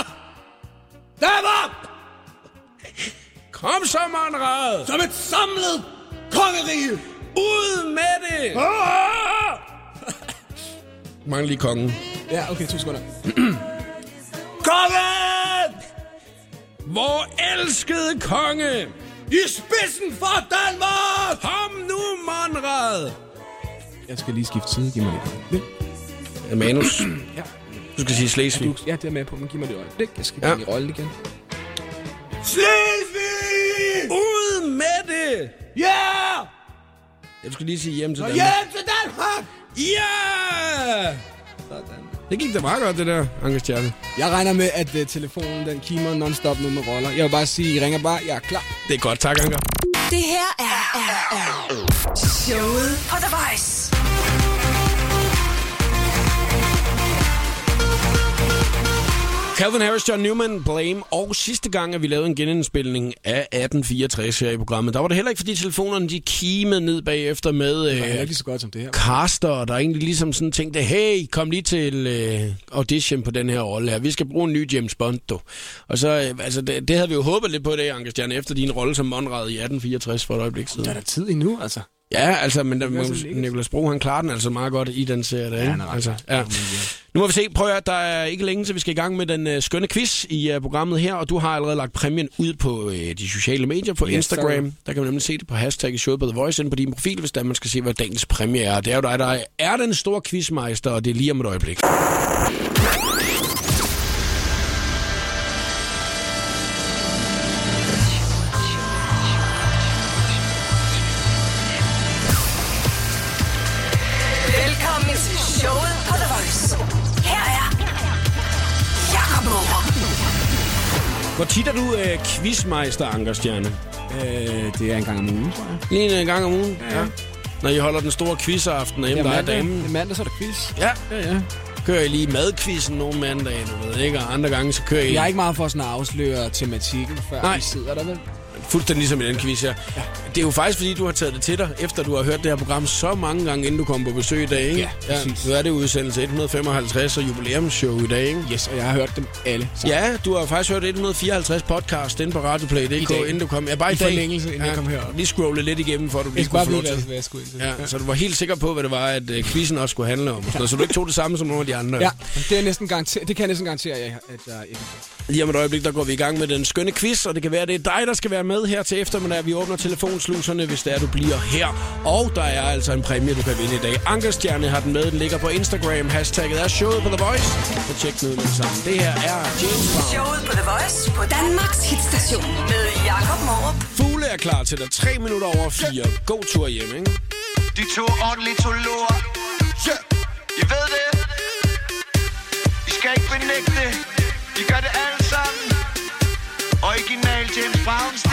[SPEAKER 1] Danmark! Kom så, Monrad.
[SPEAKER 2] Som et samlet kongerige!
[SPEAKER 1] Ud med det.
[SPEAKER 2] Ah!
[SPEAKER 1] Mangler lige kongen.
[SPEAKER 2] Ja, okay, to sekunder.
[SPEAKER 1] Kongen! Vor elskede konge! I spidsen for Danmark! Kom nu, Monrad!
[SPEAKER 2] Jeg skal lige skifte side, giv mig lidt. lidt.
[SPEAKER 1] Manus,
[SPEAKER 2] Ja.
[SPEAKER 1] du skal sige Slesvig.
[SPEAKER 2] Du, ja, det er med på, men giv mig det øjeblik. Jeg skal
[SPEAKER 1] Ja.
[SPEAKER 2] ja. i rollen igen.
[SPEAKER 1] Slesvig! Ud med det! Ja! Yeah! Jeg skulle lige sige hjem til Danmark. Hjem til Danmark! Ja! Yeah! Det gik da meget godt, det der, Anker Stjerne.
[SPEAKER 2] Jeg regner med, at uh, telefonen den kimer non-stop nu med roller. Jeg vil bare sige, I ringer bare, jeg er klar.
[SPEAKER 1] Det er godt, tak, Anker.
[SPEAKER 3] Det her er, er, er showet på The Voice.
[SPEAKER 1] Calvin Harris, John Newman, Blame. Og sidste gang, at vi lavede en genindspilning af 1864 her i programmet, der var det heller ikke, fordi telefonerne de kimede ned bagefter med
[SPEAKER 2] Det er heller
[SPEAKER 1] øh,
[SPEAKER 2] ikke lige så godt som det her.
[SPEAKER 1] caster, der egentlig ligesom sådan tænkte, hey, kom lige til øh, audition på den her rolle her. Vi skal bruge en ny James Bond, du. Og så, øh, altså, det, det havde vi jo håbet lidt på i dag, Anker Stjerne, efter din rolle som Monrad i 1864 for et øjeblik
[SPEAKER 2] Der er
[SPEAKER 1] siden.
[SPEAKER 2] da tid endnu, altså.
[SPEAKER 1] Ja, altså, men der,
[SPEAKER 2] er så lækkert.
[SPEAKER 1] Nicolas Bro, han klarer den altså meget godt i den serie der, ikke?
[SPEAKER 2] han er ret
[SPEAKER 1] altså,
[SPEAKER 2] godt.
[SPEAKER 1] ja. Nu må vi se, prøv at høre, der er ikke længe, så vi skal i gang med den øh, skønne quiz i øh, programmet her, og du har allerede lagt præmien ud på øh, de sociale medier, på yes, Instagram.
[SPEAKER 2] tak.
[SPEAKER 1] Der kan man nemlig se det på hashtagget showet på The Voice, inde på din profil, hvis der man skal se, hvad dagens præmie er. Det er jo dig, der er den store quizmeister, og det er lige om et øjeblik.
[SPEAKER 3] Velkommen til showet på The Voice. Her er Jakob Morup.
[SPEAKER 1] Hvor tit er du øh, quizmeister, Anker Stjerne?
[SPEAKER 2] Øh, det er en gang om ugen, tror jeg.
[SPEAKER 1] Lige en øh, gang om ugen? Ja. ja. Når I holder den store quizaften derhjemme, der er damen.
[SPEAKER 2] det er mandag, så er der quiz.
[SPEAKER 1] Ja,
[SPEAKER 2] Ja, ja.
[SPEAKER 1] kører I lige madquizzen nogle mandage, du ved ikke, og andre gange så kører I
[SPEAKER 2] Jeg er ikke meget for sådan at afsløre tematikken, før
[SPEAKER 1] Nej.
[SPEAKER 2] Nej. vi sidder der, vel?
[SPEAKER 1] fuldstændig ligesom i den quiz her. Ja. Det er jo faktisk, fordi du har taget det til dig, efter du har hørt det her program så mange gange, inden du kom på besøg i dag, ikke?
[SPEAKER 2] Ja, præcis.
[SPEAKER 1] Nu er det udsendelse 155 og jubilæumsshow i dag, ikke?
[SPEAKER 2] Yes, og jeg har hørt dem alle sammen.
[SPEAKER 1] Ja, du har faktisk hørt 154 podcast inde på Radioplay.dk,
[SPEAKER 2] I dag.
[SPEAKER 1] inden du kom... Ja, bare i,
[SPEAKER 2] I
[SPEAKER 1] dag.
[SPEAKER 2] forlængelse, inden
[SPEAKER 1] ja,
[SPEAKER 2] jeg kom herop.
[SPEAKER 1] Lige scrolle lidt igennem, for at du lige
[SPEAKER 2] Jeg skal
[SPEAKER 1] skulle
[SPEAKER 2] bare
[SPEAKER 1] få lov
[SPEAKER 2] blive,
[SPEAKER 1] til.
[SPEAKER 2] hvad jeg skulle ind til.
[SPEAKER 1] Ja, så du var helt sikker på, hvad det var, at øh, quizzen også skulle handle om. og sådan noget, Så du ikke tog det samme som nogle af de andre.
[SPEAKER 2] Ja, det, er næsten garanter- det kan jeg næsten garantere, at jeg, at jeg ikke
[SPEAKER 1] Lige om et øjeblik, der går vi i gang med den skønne quiz, og det kan være, det er dig, der skal være med med her til eftermiddag. Vi åbner telefonsluserne, hvis der du bliver her. Og der er altså en præmie, du kan vinde i dag. Ankerstjerne har den med. Den ligger på Instagram. Hashtagget er showet på The Voice. Så tjek den ud med det samme. Det her er James Brown.
[SPEAKER 3] Showet på The Voice på Danmarks hitstation med Jakob Morup.
[SPEAKER 1] Fugle er klar til dig. 3 minutter over 4. God tur hjem, ikke?
[SPEAKER 5] De to ordentlige toloer I ved det I skal ikke benægte det I gør det alle sammen Original James Brown stil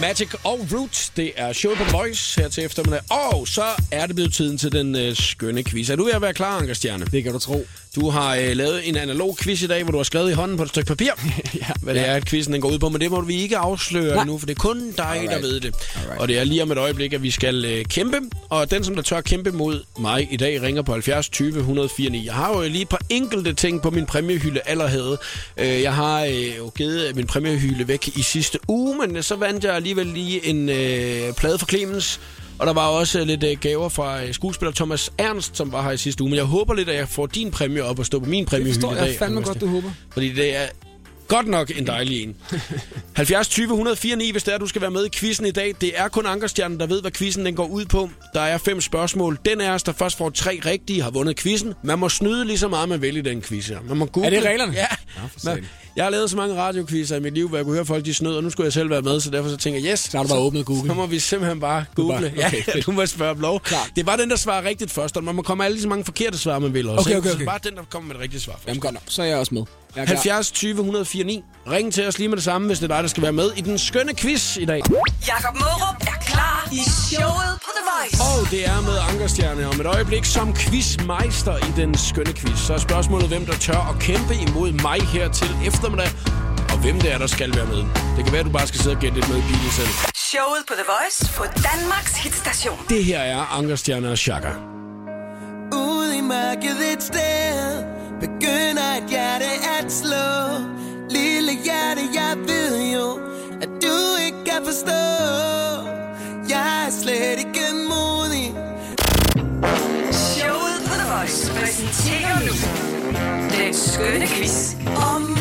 [SPEAKER 1] Magic og Root, det er show på The Voice her til eftermiddag. Og så er det blevet tiden til den øh, skønne quiz. Er du ved at være klar, Ankerstjerne?
[SPEAKER 2] Det kan du tro.
[SPEAKER 1] Du har øh, lavet en analog quiz i dag, hvor du har skrevet i hånden på et stykke papir, ja, hvad det er, at quizzen den går ud på. Men det må vi ikke afsløre Nej. nu, for det er kun dig, Alright. der ved det. Alright. Og det er lige om et øjeblik, at vi skal øh, kæmpe. Og den, som der tør kæmpe mod mig i dag, ringer på 70 20 104 9. Jeg har jo lige et par enkelte ting på min præmiehylde allerede. Øh, jeg har øh, jo givet min præmiehylde væk i sidste uge, men så vandt jeg alligevel lige en øh, plade for Clemens. Og der var også øh, lidt øh, gaver fra øh, skuespiller Thomas Ernst, som var her i sidste uge. Men jeg håber lidt, at jeg får din præmie op og stå på min præmie i
[SPEAKER 2] forstår
[SPEAKER 1] dag.
[SPEAKER 2] jeg fandme godt, du håber.
[SPEAKER 1] Fordi det er godt nok en dejlig en. 70 20 104 9, hvis det er, du skal være med i quizzen i dag. Det er kun Ankerstjernen, der ved, hvad quizzen den går ud på. Der er fem spørgsmål. Den af os, der først får tre rigtige, har vundet quizzen. Man må snyde lige så meget, man vil i den quiz her. Man må google.
[SPEAKER 2] Er det reglerne?
[SPEAKER 1] Ja.
[SPEAKER 2] for
[SPEAKER 1] Man,
[SPEAKER 2] satan.
[SPEAKER 1] jeg har lavet så mange radioquizzer i mit liv, hvor jeg kunne høre folk, de snød, og nu skulle jeg selv være med, så derfor så tænker jeg, yes. Så
[SPEAKER 2] har du bare åbnet Google.
[SPEAKER 1] Så må vi simpelthen bare google.
[SPEAKER 2] bare- okay,
[SPEAKER 1] ja,
[SPEAKER 2] fedt.
[SPEAKER 1] du må spørge om lov.
[SPEAKER 2] Klart.
[SPEAKER 1] Det var den, der svarer rigtigt først, og man må komme med alle så mange forkerte svar, man vil også.
[SPEAKER 2] Okay,
[SPEAKER 1] ikke?
[SPEAKER 2] okay,
[SPEAKER 1] Så
[SPEAKER 2] okay.
[SPEAKER 1] bare den, der kommer med et rigtigt svar først.
[SPEAKER 2] Jamen godt nok, så er jeg også med. Jeg er klar.
[SPEAKER 1] 70 20 104 9. Ring til os lige med det samme, hvis det er dig, der skal være med i den skønne quiz i dag.
[SPEAKER 3] Jakob Morup er klar i showet på The Voice.
[SPEAKER 1] Og det er med Ankerstjerne om et øjeblik som quizmeister i den skønne quiz. Så er spørgsmålet, hvem der tør at kæmpe imod mig her til eftermiddag, og hvem det er, der skal være med. Det kan være, du bare skal sidde og gætte lidt med i bilen selv.
[SPEAKER 3] Showet på The Voice på Danmarks hitstation.
[SPEAKER 1] Det her er Ankerstjerne og Chaka.
[SPEAKER 5] Ude i mørket et sted Begynder et hjerte at slå Lille hjerte, jeg ved jo At du ikke kan forstå Jeg er slet ikke modig
[SPEAKER 3] Showet på The Voice præsenterer nu den skønne quiz om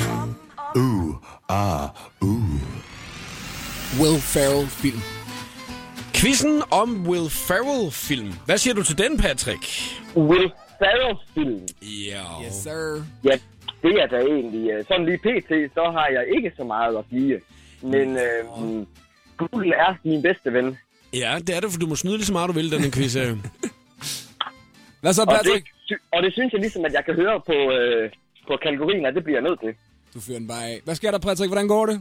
[SPEAKER 2] Will Ferrell-film.
[SPEAKER 1] Quizzen om Will Ferrell-film. Hvad siger du til den, Patrick?
[SPEAKER 10] Will Ferrell-film.
[SPEAKER 1] Ja.
[SPEAKER 2] Yes, sir.
[SPEAKER 10] Ja, det er da egentlig... øh, Sådan lige pt, så har jeg ikke så meget at give. Men
[SPEAKER 2] Mm.
[SPEAKER 10] øh, Google er min bedste ven.
[SPEAKER 1] Ja, det er det, for du må snyde lige så meget, du vil, den her quiz. øh. her.
[SPEAKER 2] Hvad så,
[SPEAKER 10] Og det,
[SPEAKER 2] Patrick?
[SPEAKER 10] sy- og det synes jeg ligesom, at jeg kan høre på, øh, på kategorien, at det bliver jeg nødt til.
[SPEAKER 2] Du fyrer den bare af. Hvad sker der, Patrick? Hvordan går det?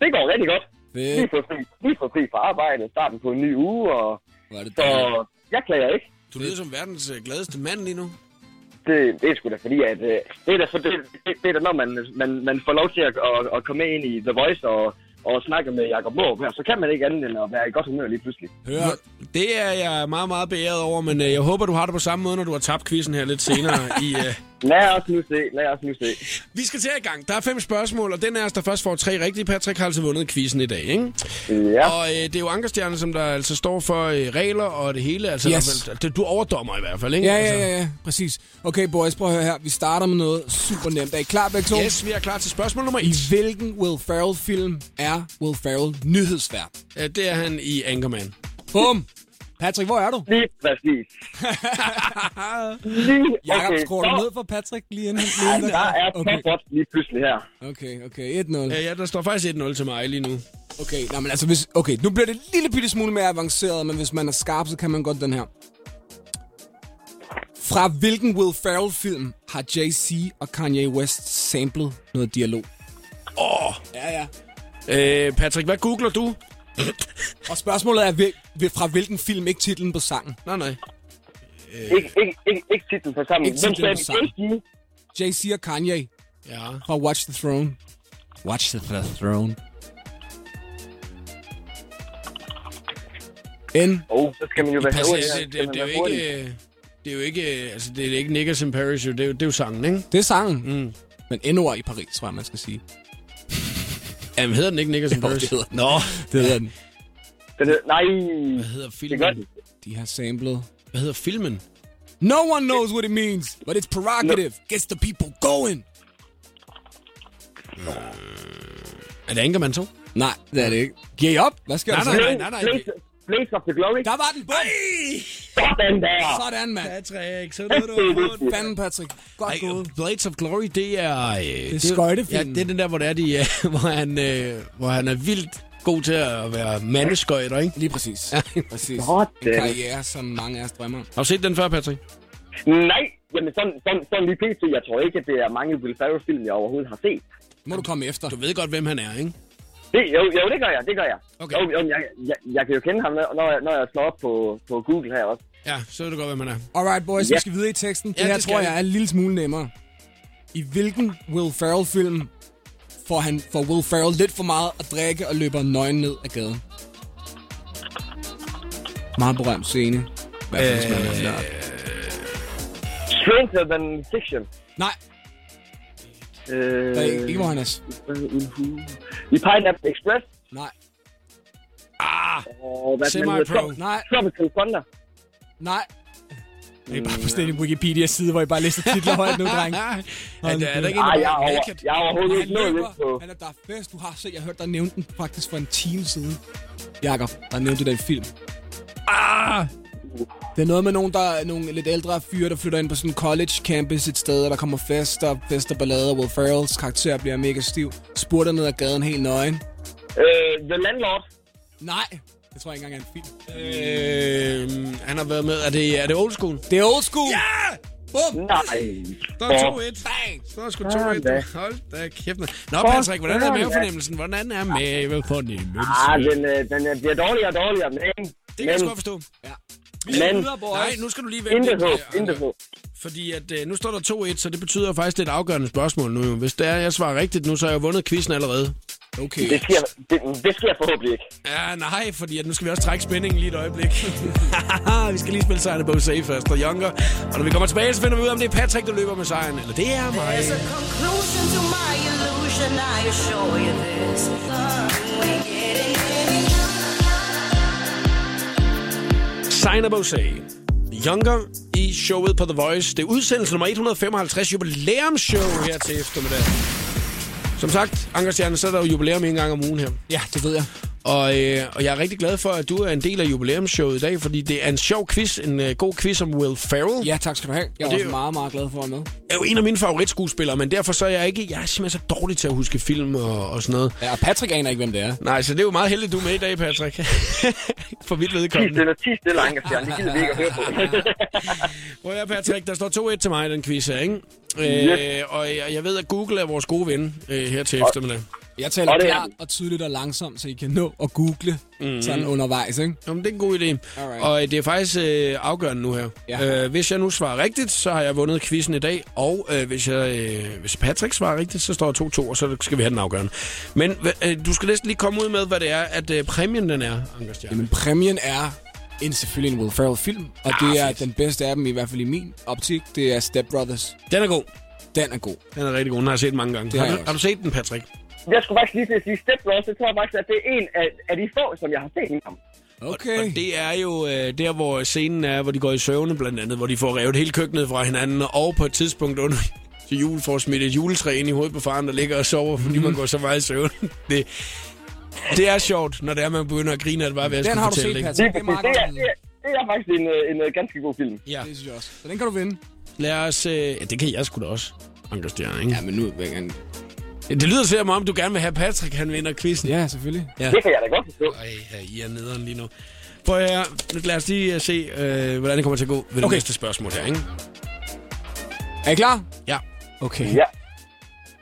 [SPEAKER 10] Det går rigtig godt.
[SPEAKER 2] Fedt.
[SPEAKER 10] Lige for fri, lige for fri fra arbejde, starten på en ny uge, og
[SPEAKER 2] Hvor er det
[SPEAKER 10] så
[SPEAKER 2] dejligt.
[SPEAKER 10] jeg klager ikke.
[SPEAKER 1] Du lyder som verdens øh, gladeste mand lige nu.
[SPEAKER 10] Det, det er sgu da fordi, at øh, det, er da, for, det, det, det er da, når man, man, man får lov til at, at, at komme ind i The Voice og, og snakke med Jacob Måb her, så kan man ikke andet end at være i godt humør lige pludselig.
[SPEAKER 1] Hør, det er jeg meget, meget beæret over, men øh, jeg håber, du har det på samme måde, når du har tabt quizzen her lidt senere. i, øh...
[SPEAKER 10] Lad os nu se, lad os nu se.
[SPEAKER 1] Vi skal til i gang. Der er fem spørgsmål, og den er os, der først får tre rigtige. Patrick har altså vundet quizzen i dag, ikke?
[SPEAKER 10] Ja,
[SPEAKER 1] Og øh, det er jo Ankerstjerne, som der altså står for øh, regler og det hele. Altså,
[SPEAKER 2] Yes.
[SPEAKER 1] der, du overdommer i hvert fald, ikke?
[SPEAKER 2] Ja, ja,
[SPEAKER 1] Altså,
[SPEAKER 2] ja, ja. Præcis. Okay, boys, prøv at høre her. Vi starter med noget super nemt. Er I klar begge to?
[SPEAKER 1] Yes, vi er klar til spørgsmål nummer
[SPEAKER 2] I
[SPEAKER 1] 1.
[SPEAKER 2] hvilken Will Ferrell-film er Will Ferrell nyhedsvært?
[SPEAKER 1] Det er han i Ankerman.
[SPEAKER 2] Bum! Patrick, hvor er du?
[SPEAKER 10] lige præcis. Lige,
[SPEAKER 2] Jakob,
[SPEAKER 10] okay,
[SPEAKER 2] skruer du
[SPEAKER 10] så-
[SPEAKER 2] ned for Patrick lige inden? Lige
[SPEAKER 10] Ej,
[SPEAKER 2] inden
[SPEAKER 10] der er
[SPEAKER 2] okay,
[SPEAKER 10] okay. lige pludselig her.
[SPEAKER 2] okay, okay. 1-0.
[SPEAKER 1] Ja, ja, der står faktisk 1-0 til mig lige nu.
[SPEAKER 2] Okay, nej, men altså, hvis, okay, nu bliver det en lille bitte smule mere avanceret, men hvis man er skarp, så kan man godt den her. Fra hvilken Will Ferrell-film har Jay-Z og Kanye West samlet noget dialog?
[SPEAKER 1] Åh,
[SPEAKER 2] Ja, ja.
[SPEAKER 1] øh, Patrick, hvad googler du?
[SPEAKER 2] Og spørgsmålet er, hvil, hvil- fra hvilken film, ikke titlen på sangen?
[SPEAKER 1] Nej, nej.
[SPEAKER 10] Ikke, ikke, ikke, ikke titlen på sammen.
[SPEAKER 2] Ikke
[SPEAKER 10] Hvem
[SPEAKER 2] titlen
[SPEAKER 10] sagde
[SPEAKER 2] på
[SPEAKER 10] det?
[SPEAKER 2] sammen.
[SPEAKER 10] Jay-Z?
[SPEAKER 2] Jay-Z og Kanye
[SPEAKER 1] Ja.
[SPEAKER 2] fra Watch the Throne. Watch the th- Throne. N.
[SPEAKER 10] Oh, så skal man jo være
[SPEAKER 1] Altså,
[SPEAKER 10] hurtig. her.
[SPEAKER 1] det, det, det, det, er
[SPEAKER 10] Skal
[SPEAKER 1] jo
[SPEAKER 10] man være
[SPEAKER 1] ikke... Det er jo ikke... Altså, det er ikke Niggas in Paris, jo. Det er jo, det er jo sangen, ikke?
[SPEAKER 2] Det er sangen. Mm. Men N-ord i Paris, tror jeg, man skal sige.
[SPEAKER 1] Jamen, hedder den ikke Niggas in
[SPEAKER 2] Jo,
[SPEAKER 1] Paris?
[SPEAKER 2] det hedder den.
[SPEAKER 1] Nå,
[SPEAKER 2] Det hedder den.
[SPEAKER 10] hurtig. Den hedder- Nej,
[SPEAKER 1] hvad hedder
[SPEAKER 10] det er
[SPEAKER 1] filmen?
[SPEAKER 10] godt.
[SPEAKER 2] De har samlet
[SPEAKER 1] Hvad hedder filmen?
[SPEAKER 2] No one knows what it means, but it's prerogative. Gets the people going.
[SPEAKER 1] Er det Ankermann 2?
[SPEAKER 2] Nej, det er det ikke. Giver I op? Hvad sker
[SPEAKER 1] Nej,
[SPEAKER 2] der
[SPEAKER 1] nej,
[SPEAKER 2] så?
[SPEAKER 1] nej, nej, nej.
[SPEAKER 10] Blaze of the Glory.
[SPEAKER 2] Der var den. Bum!
[SPEAKER 10] Sådan der!
[SPEAKER 2] Sådan, mand.
[SPEAKER 1] Patrick, så er du på
[SPEAKER 2] Fanden, Patrick. Godt gået.
[SPEAKER 1] Ej, Blades of Glory, det er... Øh, det Ja,
[SPEAKER 2] skøjtefilmen.
[SPEAKER 1] det er den der, hvor, det er de, øh, hvor, han, øh, hvor han er vildt god til at være mandeskøjter, ikke?
[SPEAKER 2] Lige præcis. præcis. En
[SPEAKER 10] Sådan.
[SPEAKER 2] karriere, som mange af os drømmer om.
[SPEAKER 1] Har du set den før, Patrick?
[SPEAKER 10] Nej, jamen sådan, sådan, sådan lige pt. Jeg tror ikke, at det er mange Will Ferrell-film, jeg overhovedet har set.
[SPEAKER 2] Må du komme efter.
[SPEAKER 1] Du ved godt, hvem han er, ikke?
[SPEAKER 10] Det, jo, jo, det gør jeg, det gør jeg.
[SPEAKER 1] Okay.
[SPEAKER 10] Jo, jo, men jeg, jeg, jeg kan jo kende ham, når jeg, når jeg slår op på, på Google her også.
[SPEAKER 1] Ja, så ved du godt, hvem han er.
[SPEAKER 2] Alright, boys, vi
[SPEAKER 10] Ja.
[SPEAKER 2] skal videre i teksten. Det
[SPEAKER 1] Ja,
[SPEAKER 2] her
[SPEAKER 1] det skal
[SPEAKER 2] tror
[SPEAKER 1] vi.
[SPEAKER 2] jeg er en lille smule nemmere. I hvilken Will Ferrell-film får, han, får Will Ferrell lidt for meget at drikke og løber nøgen ned ad gaden? Meget berømt scene. Hvad øh... man er flot.
[SPEAKER 10] Stranger Than Fiction.
[SPEAKER 2] Nej,
[SPEAKER 10] Øh,
[SPEAKER 2] der er ikke, ikke hvor han er. s-
[SPEAKER 10] I Pineapple Express.
[SPEAKER 2] Nej,
[SPEAKER 10] Og hvad den
[SPEAKER 1] Semi-pro.
[SPEAKER 10] hedder, Trop-
[SPEAKER 2] nej,
[SPEAKER 10] Tropical Thunder.
[SPEAKER 2] nej. Det er bare bestilt en Wikipedia-side, hvor I bare læser titler højt nu, dreng.
[SPEAKER 1] Mm, Ja, er,
[SPEAKER 2] Hold
[SPEAKER 1] der- er der ikke en,
[SPEAKER 10] Ej,
[SPEAKER 1] der
[SPEAKER 10] jeg
[SPEAKER 1] hedder
[SPEAKER 10] er, over,
[SPEAKER 1] Naked?
[SPEAKER 10] jeg er overhovedet
[SPEAKER 2] Han
[SPEAKER 10] ikke nået lidt på...
[SPEAKER 2] løber. Han er der fest. Du har set, jeg hørte dig nævne den faktisk for en time siden. Jakob, der nævnte du den film. Ah! Det er noget med nogen, der er nogle lidt ældre fyre, der flytter ind på sådan en college campus et sted, og der kommer fester, fester ballader. Will Ferrells karakter bliver mega stiv. Spurter ned ad gaden helt nøgen.
[SPEAKER 10] Øh, The Landlord.
[SPEAKER 2] Nej, det tror jeg ikke engang er en film.
[SPEAKER 1] Øh, han har været med. Er det, er det old school?
[SPEAKER 2] Det er old school. Ja! Bum!
[SPEAKER 10] Nej.
[SPEAKER 1] Der
[SPEAKER 10] Åh,
[SPEAKER 1] er 2-1. Bang! Der er sgu 2-1.
[SPEAKER 10] da.
[SPEAKER 1] Hold da kæft. mand. Nå, Patrick, hvordan er
[SPEAKER 10] Sådan, ja.
[SPEAKER 1] mavefornemmelsen? Hvordan er mavefornemmelsen?
[SPEAKER 10] Ah, den, øh, den øh, bliver dårligere og dårligere, men...
[SPEAKER 1] Det kan
[SPEAKER 10] men,
[SPEAKER 1] jeg sgu godt forstå. Ja.
[SPEAKER 10] men,
[SPEAKER 1] Nej, nu skal du lige vente.
[SPEAKER 10] intet
[SPEAKER 1] lidt,
[SPEAKER 10] håb,
[SPEAKER 1] øh,
[SPEAKER 10] intet håb.
[SPEAKER 1] Fordi at, øh, nu står der 2-1, så det betyder faktisk, det er et afgørende spørgsmål nu. jo. Hvis det er, jeg svarer rigtigt nu, så har jeg vundet quizzen allerede.
[SPEAKER 2] Okay.
[SPEAKER 10] Det sker, det, det sker forhåbentlig ikke.
[SPEAKER 1] Ja, nej, fordi at nu skal vi også trække spændingen lige et øjeblik. vi skal lige spille sejren på Safe først og Younger. Og når vi kommer tilbage, så finder vi ud af, om det er Patrick, der løber med sejren. Eller det er mig.
[SPEAKER 3] There's a conclusion to my illusion. I assure you this. We're getting heavy.
[SPEAKER 1] Sign Say. Younger i showet på The Voice. Det er udsendelse nummer 155 jubilæumsshow her til eftermiddag. Som sagt, Ankerstjerne, så er der jo jubilæum en gang om ugen her.
[SPEAKER 2] Ja, det ved jeg.
[SPEAKER 1] Og, øh, og jeg er rigtig glad for, at du er en del af jubilæumsshowet i dag, fordi det er en sjov quiz, en øh, god quiz om Will Ferrell.
[SPEAKER 2] Ja, tak skal du have. Jeg er
[SPEAKER 1] det er
[SPEAKER 2] også
[SPEAKER 1] jo-
[SPEAKER 2] meget, meget glad for at være med.
[SPEAKER 1] er jo en af mine favoritskuespillere, men derfor så er jeg ikke... Jeg er simpelthen så dårlig til at huske film og, og sådan noget.
[SPEAKER 2] Ja, og Patrick aner ikke, hvem det er.
[SPEAKER 1] Nej, så det er jo meget heldigt, du er med i dag, Patrick. For mit
[SPEAKER 10] Ti
[SPEAKER 1] vedkommende.
[SPEAKER 10] stille, ti stille, Ankerstjerne. Det gider vi ikke at høre på.
[SPEAKER 1] Prøv at høre, Patrick, der står 2-1 til mig i den quiz her, ikke? Øh, og jeg, jeg ved, at Google er vores gode ven øh, her til eftermiddag.
[SPEAKER 2] Jeg taler
[SPEAKER 10] Og
[SPEAKER 2] og
[SPEAKER 10] det er Mhm.
[SPEAKER 2] klart
[SPEAKER 10] den.
[SPEAKER 2] og tydeligt og langsomt, så I kan nå at google mm. sådan undervejs, ikke?
[SPEAKER 1] Jamen, det er en god idé.
[SPEAKER 2] Alright.
[SPEAKER 1] Og øh, det er faktisk øh, afgørende nu her.
[SPEAKER 2] Ja.
[SPEAKER 1] Øh, hvis jeg nu svarer rigtigt, så har jeg vundet quizzen i dag. Og øh, hvis, jeg, øh, hvis Patrick svarer rigtigt, så står der 2-2, og så skal vi have den afgørende. Men hva- øh, du skal næsten lige komme ud med, hvad det er, at øh, præmien den er, Anker Stjerne.
[SPEAKER 2] Jamen, præmien er en selvfølgelig en Will Ferrell-film, og det
[SPEAKER 10] Ah,
[SPEAKER 2] er den bedste af dem, i hvert fald i min optik. Det er Step Brothers.
[SPEAKER 1] Den er god.
[SPEAKER 2] Den er god.
[SPEAKER 1] Den er rigtig god. Den har jeg set mange gange.
[SPEAKER 2] Det har
[SPEAKER 1] Har
[SPEAKER 2] jeg
[SPEAKER 1] du,
[SPEAKER 2] også.
[SPEAKER 1] har du set den, Patrick?
[SPEAKER 10] Jeg skulle faktisk lige til at sige Step Bros. Jeg tror faktisk, at det er en af, af de få, som jeg har set ham.
[SPEAKER 2] Okay.
[SPEAKER 1] Og det er jo øh, der, hvor scenen er, hvor de går i søvne blandt andet, hvor de får revet hele køkkenet fra hinanden, og på et tidspunkt under til jul får smidt et juletræ ind i hovedet på faren, der ligger og sover, fordi
[SPEAKER 2] Mhm.
[SPEAKER 1] man går så meget i søvne. Det, det er sjovt, når det er, man begynder at grine, at det bare ved at
[SPEAKER 2] Den har du set,
[SPEAKER 1] fortælle,
[SPEAKER 2] Patrick. Det er meget
[SPEAKER 10] det, er,
[SPEAKER 2] godt.
[SPEAKER 10] det, er, det er faktisk en, øh, en, øh, ganske god film.
[SPEAKER 1] Ja,
[SPEAKER 2] Det synes jeg også. Så den kan du vinde.
[SPEAKER 1] lad os... Øh, ja, det kan jeg sgu da også. Anker Stjerne, ikke?
[SPEAKER 2] men nu vil jeg gerne...
[SPEAKER 1] Ja. Det lyder til mig, om du gerne vil have Patrick, han vinder quizzen.
[SPEAKER 2] Ja, selvfølgelig.
[SPEAKER 10] Det kan jeg da godt forstå.
[SPEAKER 1] Ej, ja, I er nederen lige nu. Prøv at høre, nu lad os lige øh, se, øh, hvordan det kommer til at gå ved det
[SPEAKER 2] Okay.
[SPEAKER 1] næste spørgsmål her, ikke?
[SPEAKER 2] Er I klar?
[SPEAKER 1] Ja.
[SPEAKER 2] Okay.
[SPEAKER 10] Ja.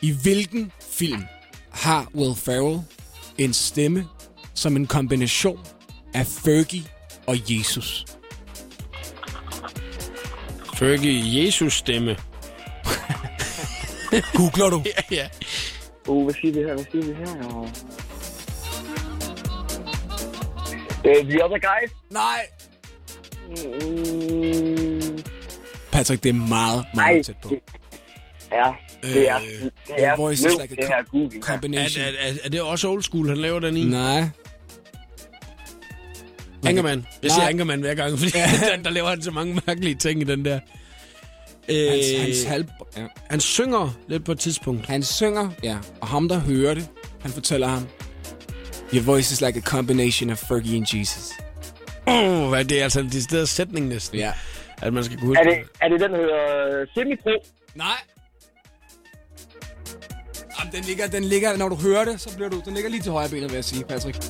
[SPEAKER 2] I hvilken film har Will Ferrell en stemme som en kombination af Fergie og Jesus?
[SPEAKER 1] Fergie Jesus stemme.
[SPEAKER 2] Googler du?
[SPEAKER 1] ja.
[SPEAKER 10] Uh, hvad siger vi her? Hvad siger vi her? Uh, the Other Guys.
[SPEAKER 2] Nej.
[SPEAKER 10] Mm,
[SPEAKER 2] Patrick, det er meget,
[SPEAKER 10] nej.
[SPEAKER 2] meget tæt på.
[SPEAKER 10] Ja, det er,
[SPEAKER 2] Øh,
[SPEAKER 10] det er,
[SPEAKER 2] The Voice is
[SPEAKER 10] nødt,
[SPEAKER 2] like a
[SPEAKER 10] det her Google. her.
[SPEAKER 1] Er,
[SPEAKER 2] Combination.
[SPEAKER 1] er, er, er det også old school, han laver den i?
[SPEAKER 2] Nej.
[SPEAKER 1] Ankerman. Jeg siger
[SPEAKER 2] Nej.
[SPEAKER 1] Ankerman hver gang, fordi den, der laver han så mange mærkelige ting i den der. Øh,
[SPEAKER 2] Hans, hans halv... Ja.
[SPEAKER 1] Han synger lidt på et tidspunkt.
[SPEAKER 2] Han synger, ja. Og ham, der hører det, han fortæller ham, Your voice is like a combination of Fergie and Jesus.
[SPEAKER 1] Oh, hvad, det er altså en decideret sætning næsten.
[SPEAKER 2] Ja.
[SPEAKER 1] At man skal kunne huske
[SPEAKER 10] Er det, er det den, der hedder øh, Semipro?
[SPEAKER 2] Nej. Jamen, den ligger, den ligger, når du hører det, så bliver du, den ligger lige til højre benet, vil jeg sige, Patrick.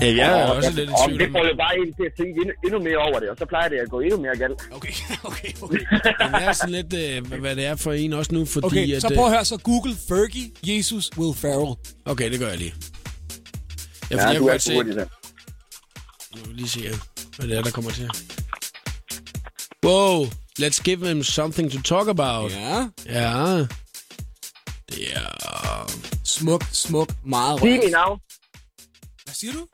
[SPEAKER 1] Ja, jeg er også
[SPEAKER 10] jeg-
[SPEAKER 1] lidt i
[SPEAKER 10] og
[SPEAKER 1] tvivl.
[SPEAKER 10] det
[SPEAKER 1] om-
[SPEAKER 10] får jo bare en til at tænke endnu, endnu mere over det, og så plejer det at gå endnu mere galt.
[SPEAKER 2] Okay, okay, okay.
[SPEAKER 1] Men jeg er sådan lidt, øh, hvad- hvad det er for en også nu, fordi...
[SPEAKER 2] Okay,
[SPEAKER 1] at,
[SPEAKER 2] så
[SPEAKER 1] øh,
[SPEAKER 2] prøv at høre, så Google Fergie, Jesus, Will Ferrell.
[SPEAKER 1] Okay, det gør jeg lige. Ja,
[SPEAKER 10] Ja,
[SPEAKER 1] for jeg
[SPEAKER 10] du
[SPEAKER 1] kunne
[SPEAKER 10] er
[SPEAKER 1] godt se...
[SPEAKER 10] for hurtig der.
[SPEAKER 1] Nu vil jeg lige se, her, hvad det er, der kommer til. Wow, let's give him something to talk about.
[SPEAKER 2] Ja.
[SPEAKER 1] Ja. Det er...
[SPEAKER 2] Smuk, smuk, meget
[SPEAKER 10] Sig me
[SPEAKER 2] rørt.
[SPEAKER 10] now.
[SPEAKER 2] Hvad siger du?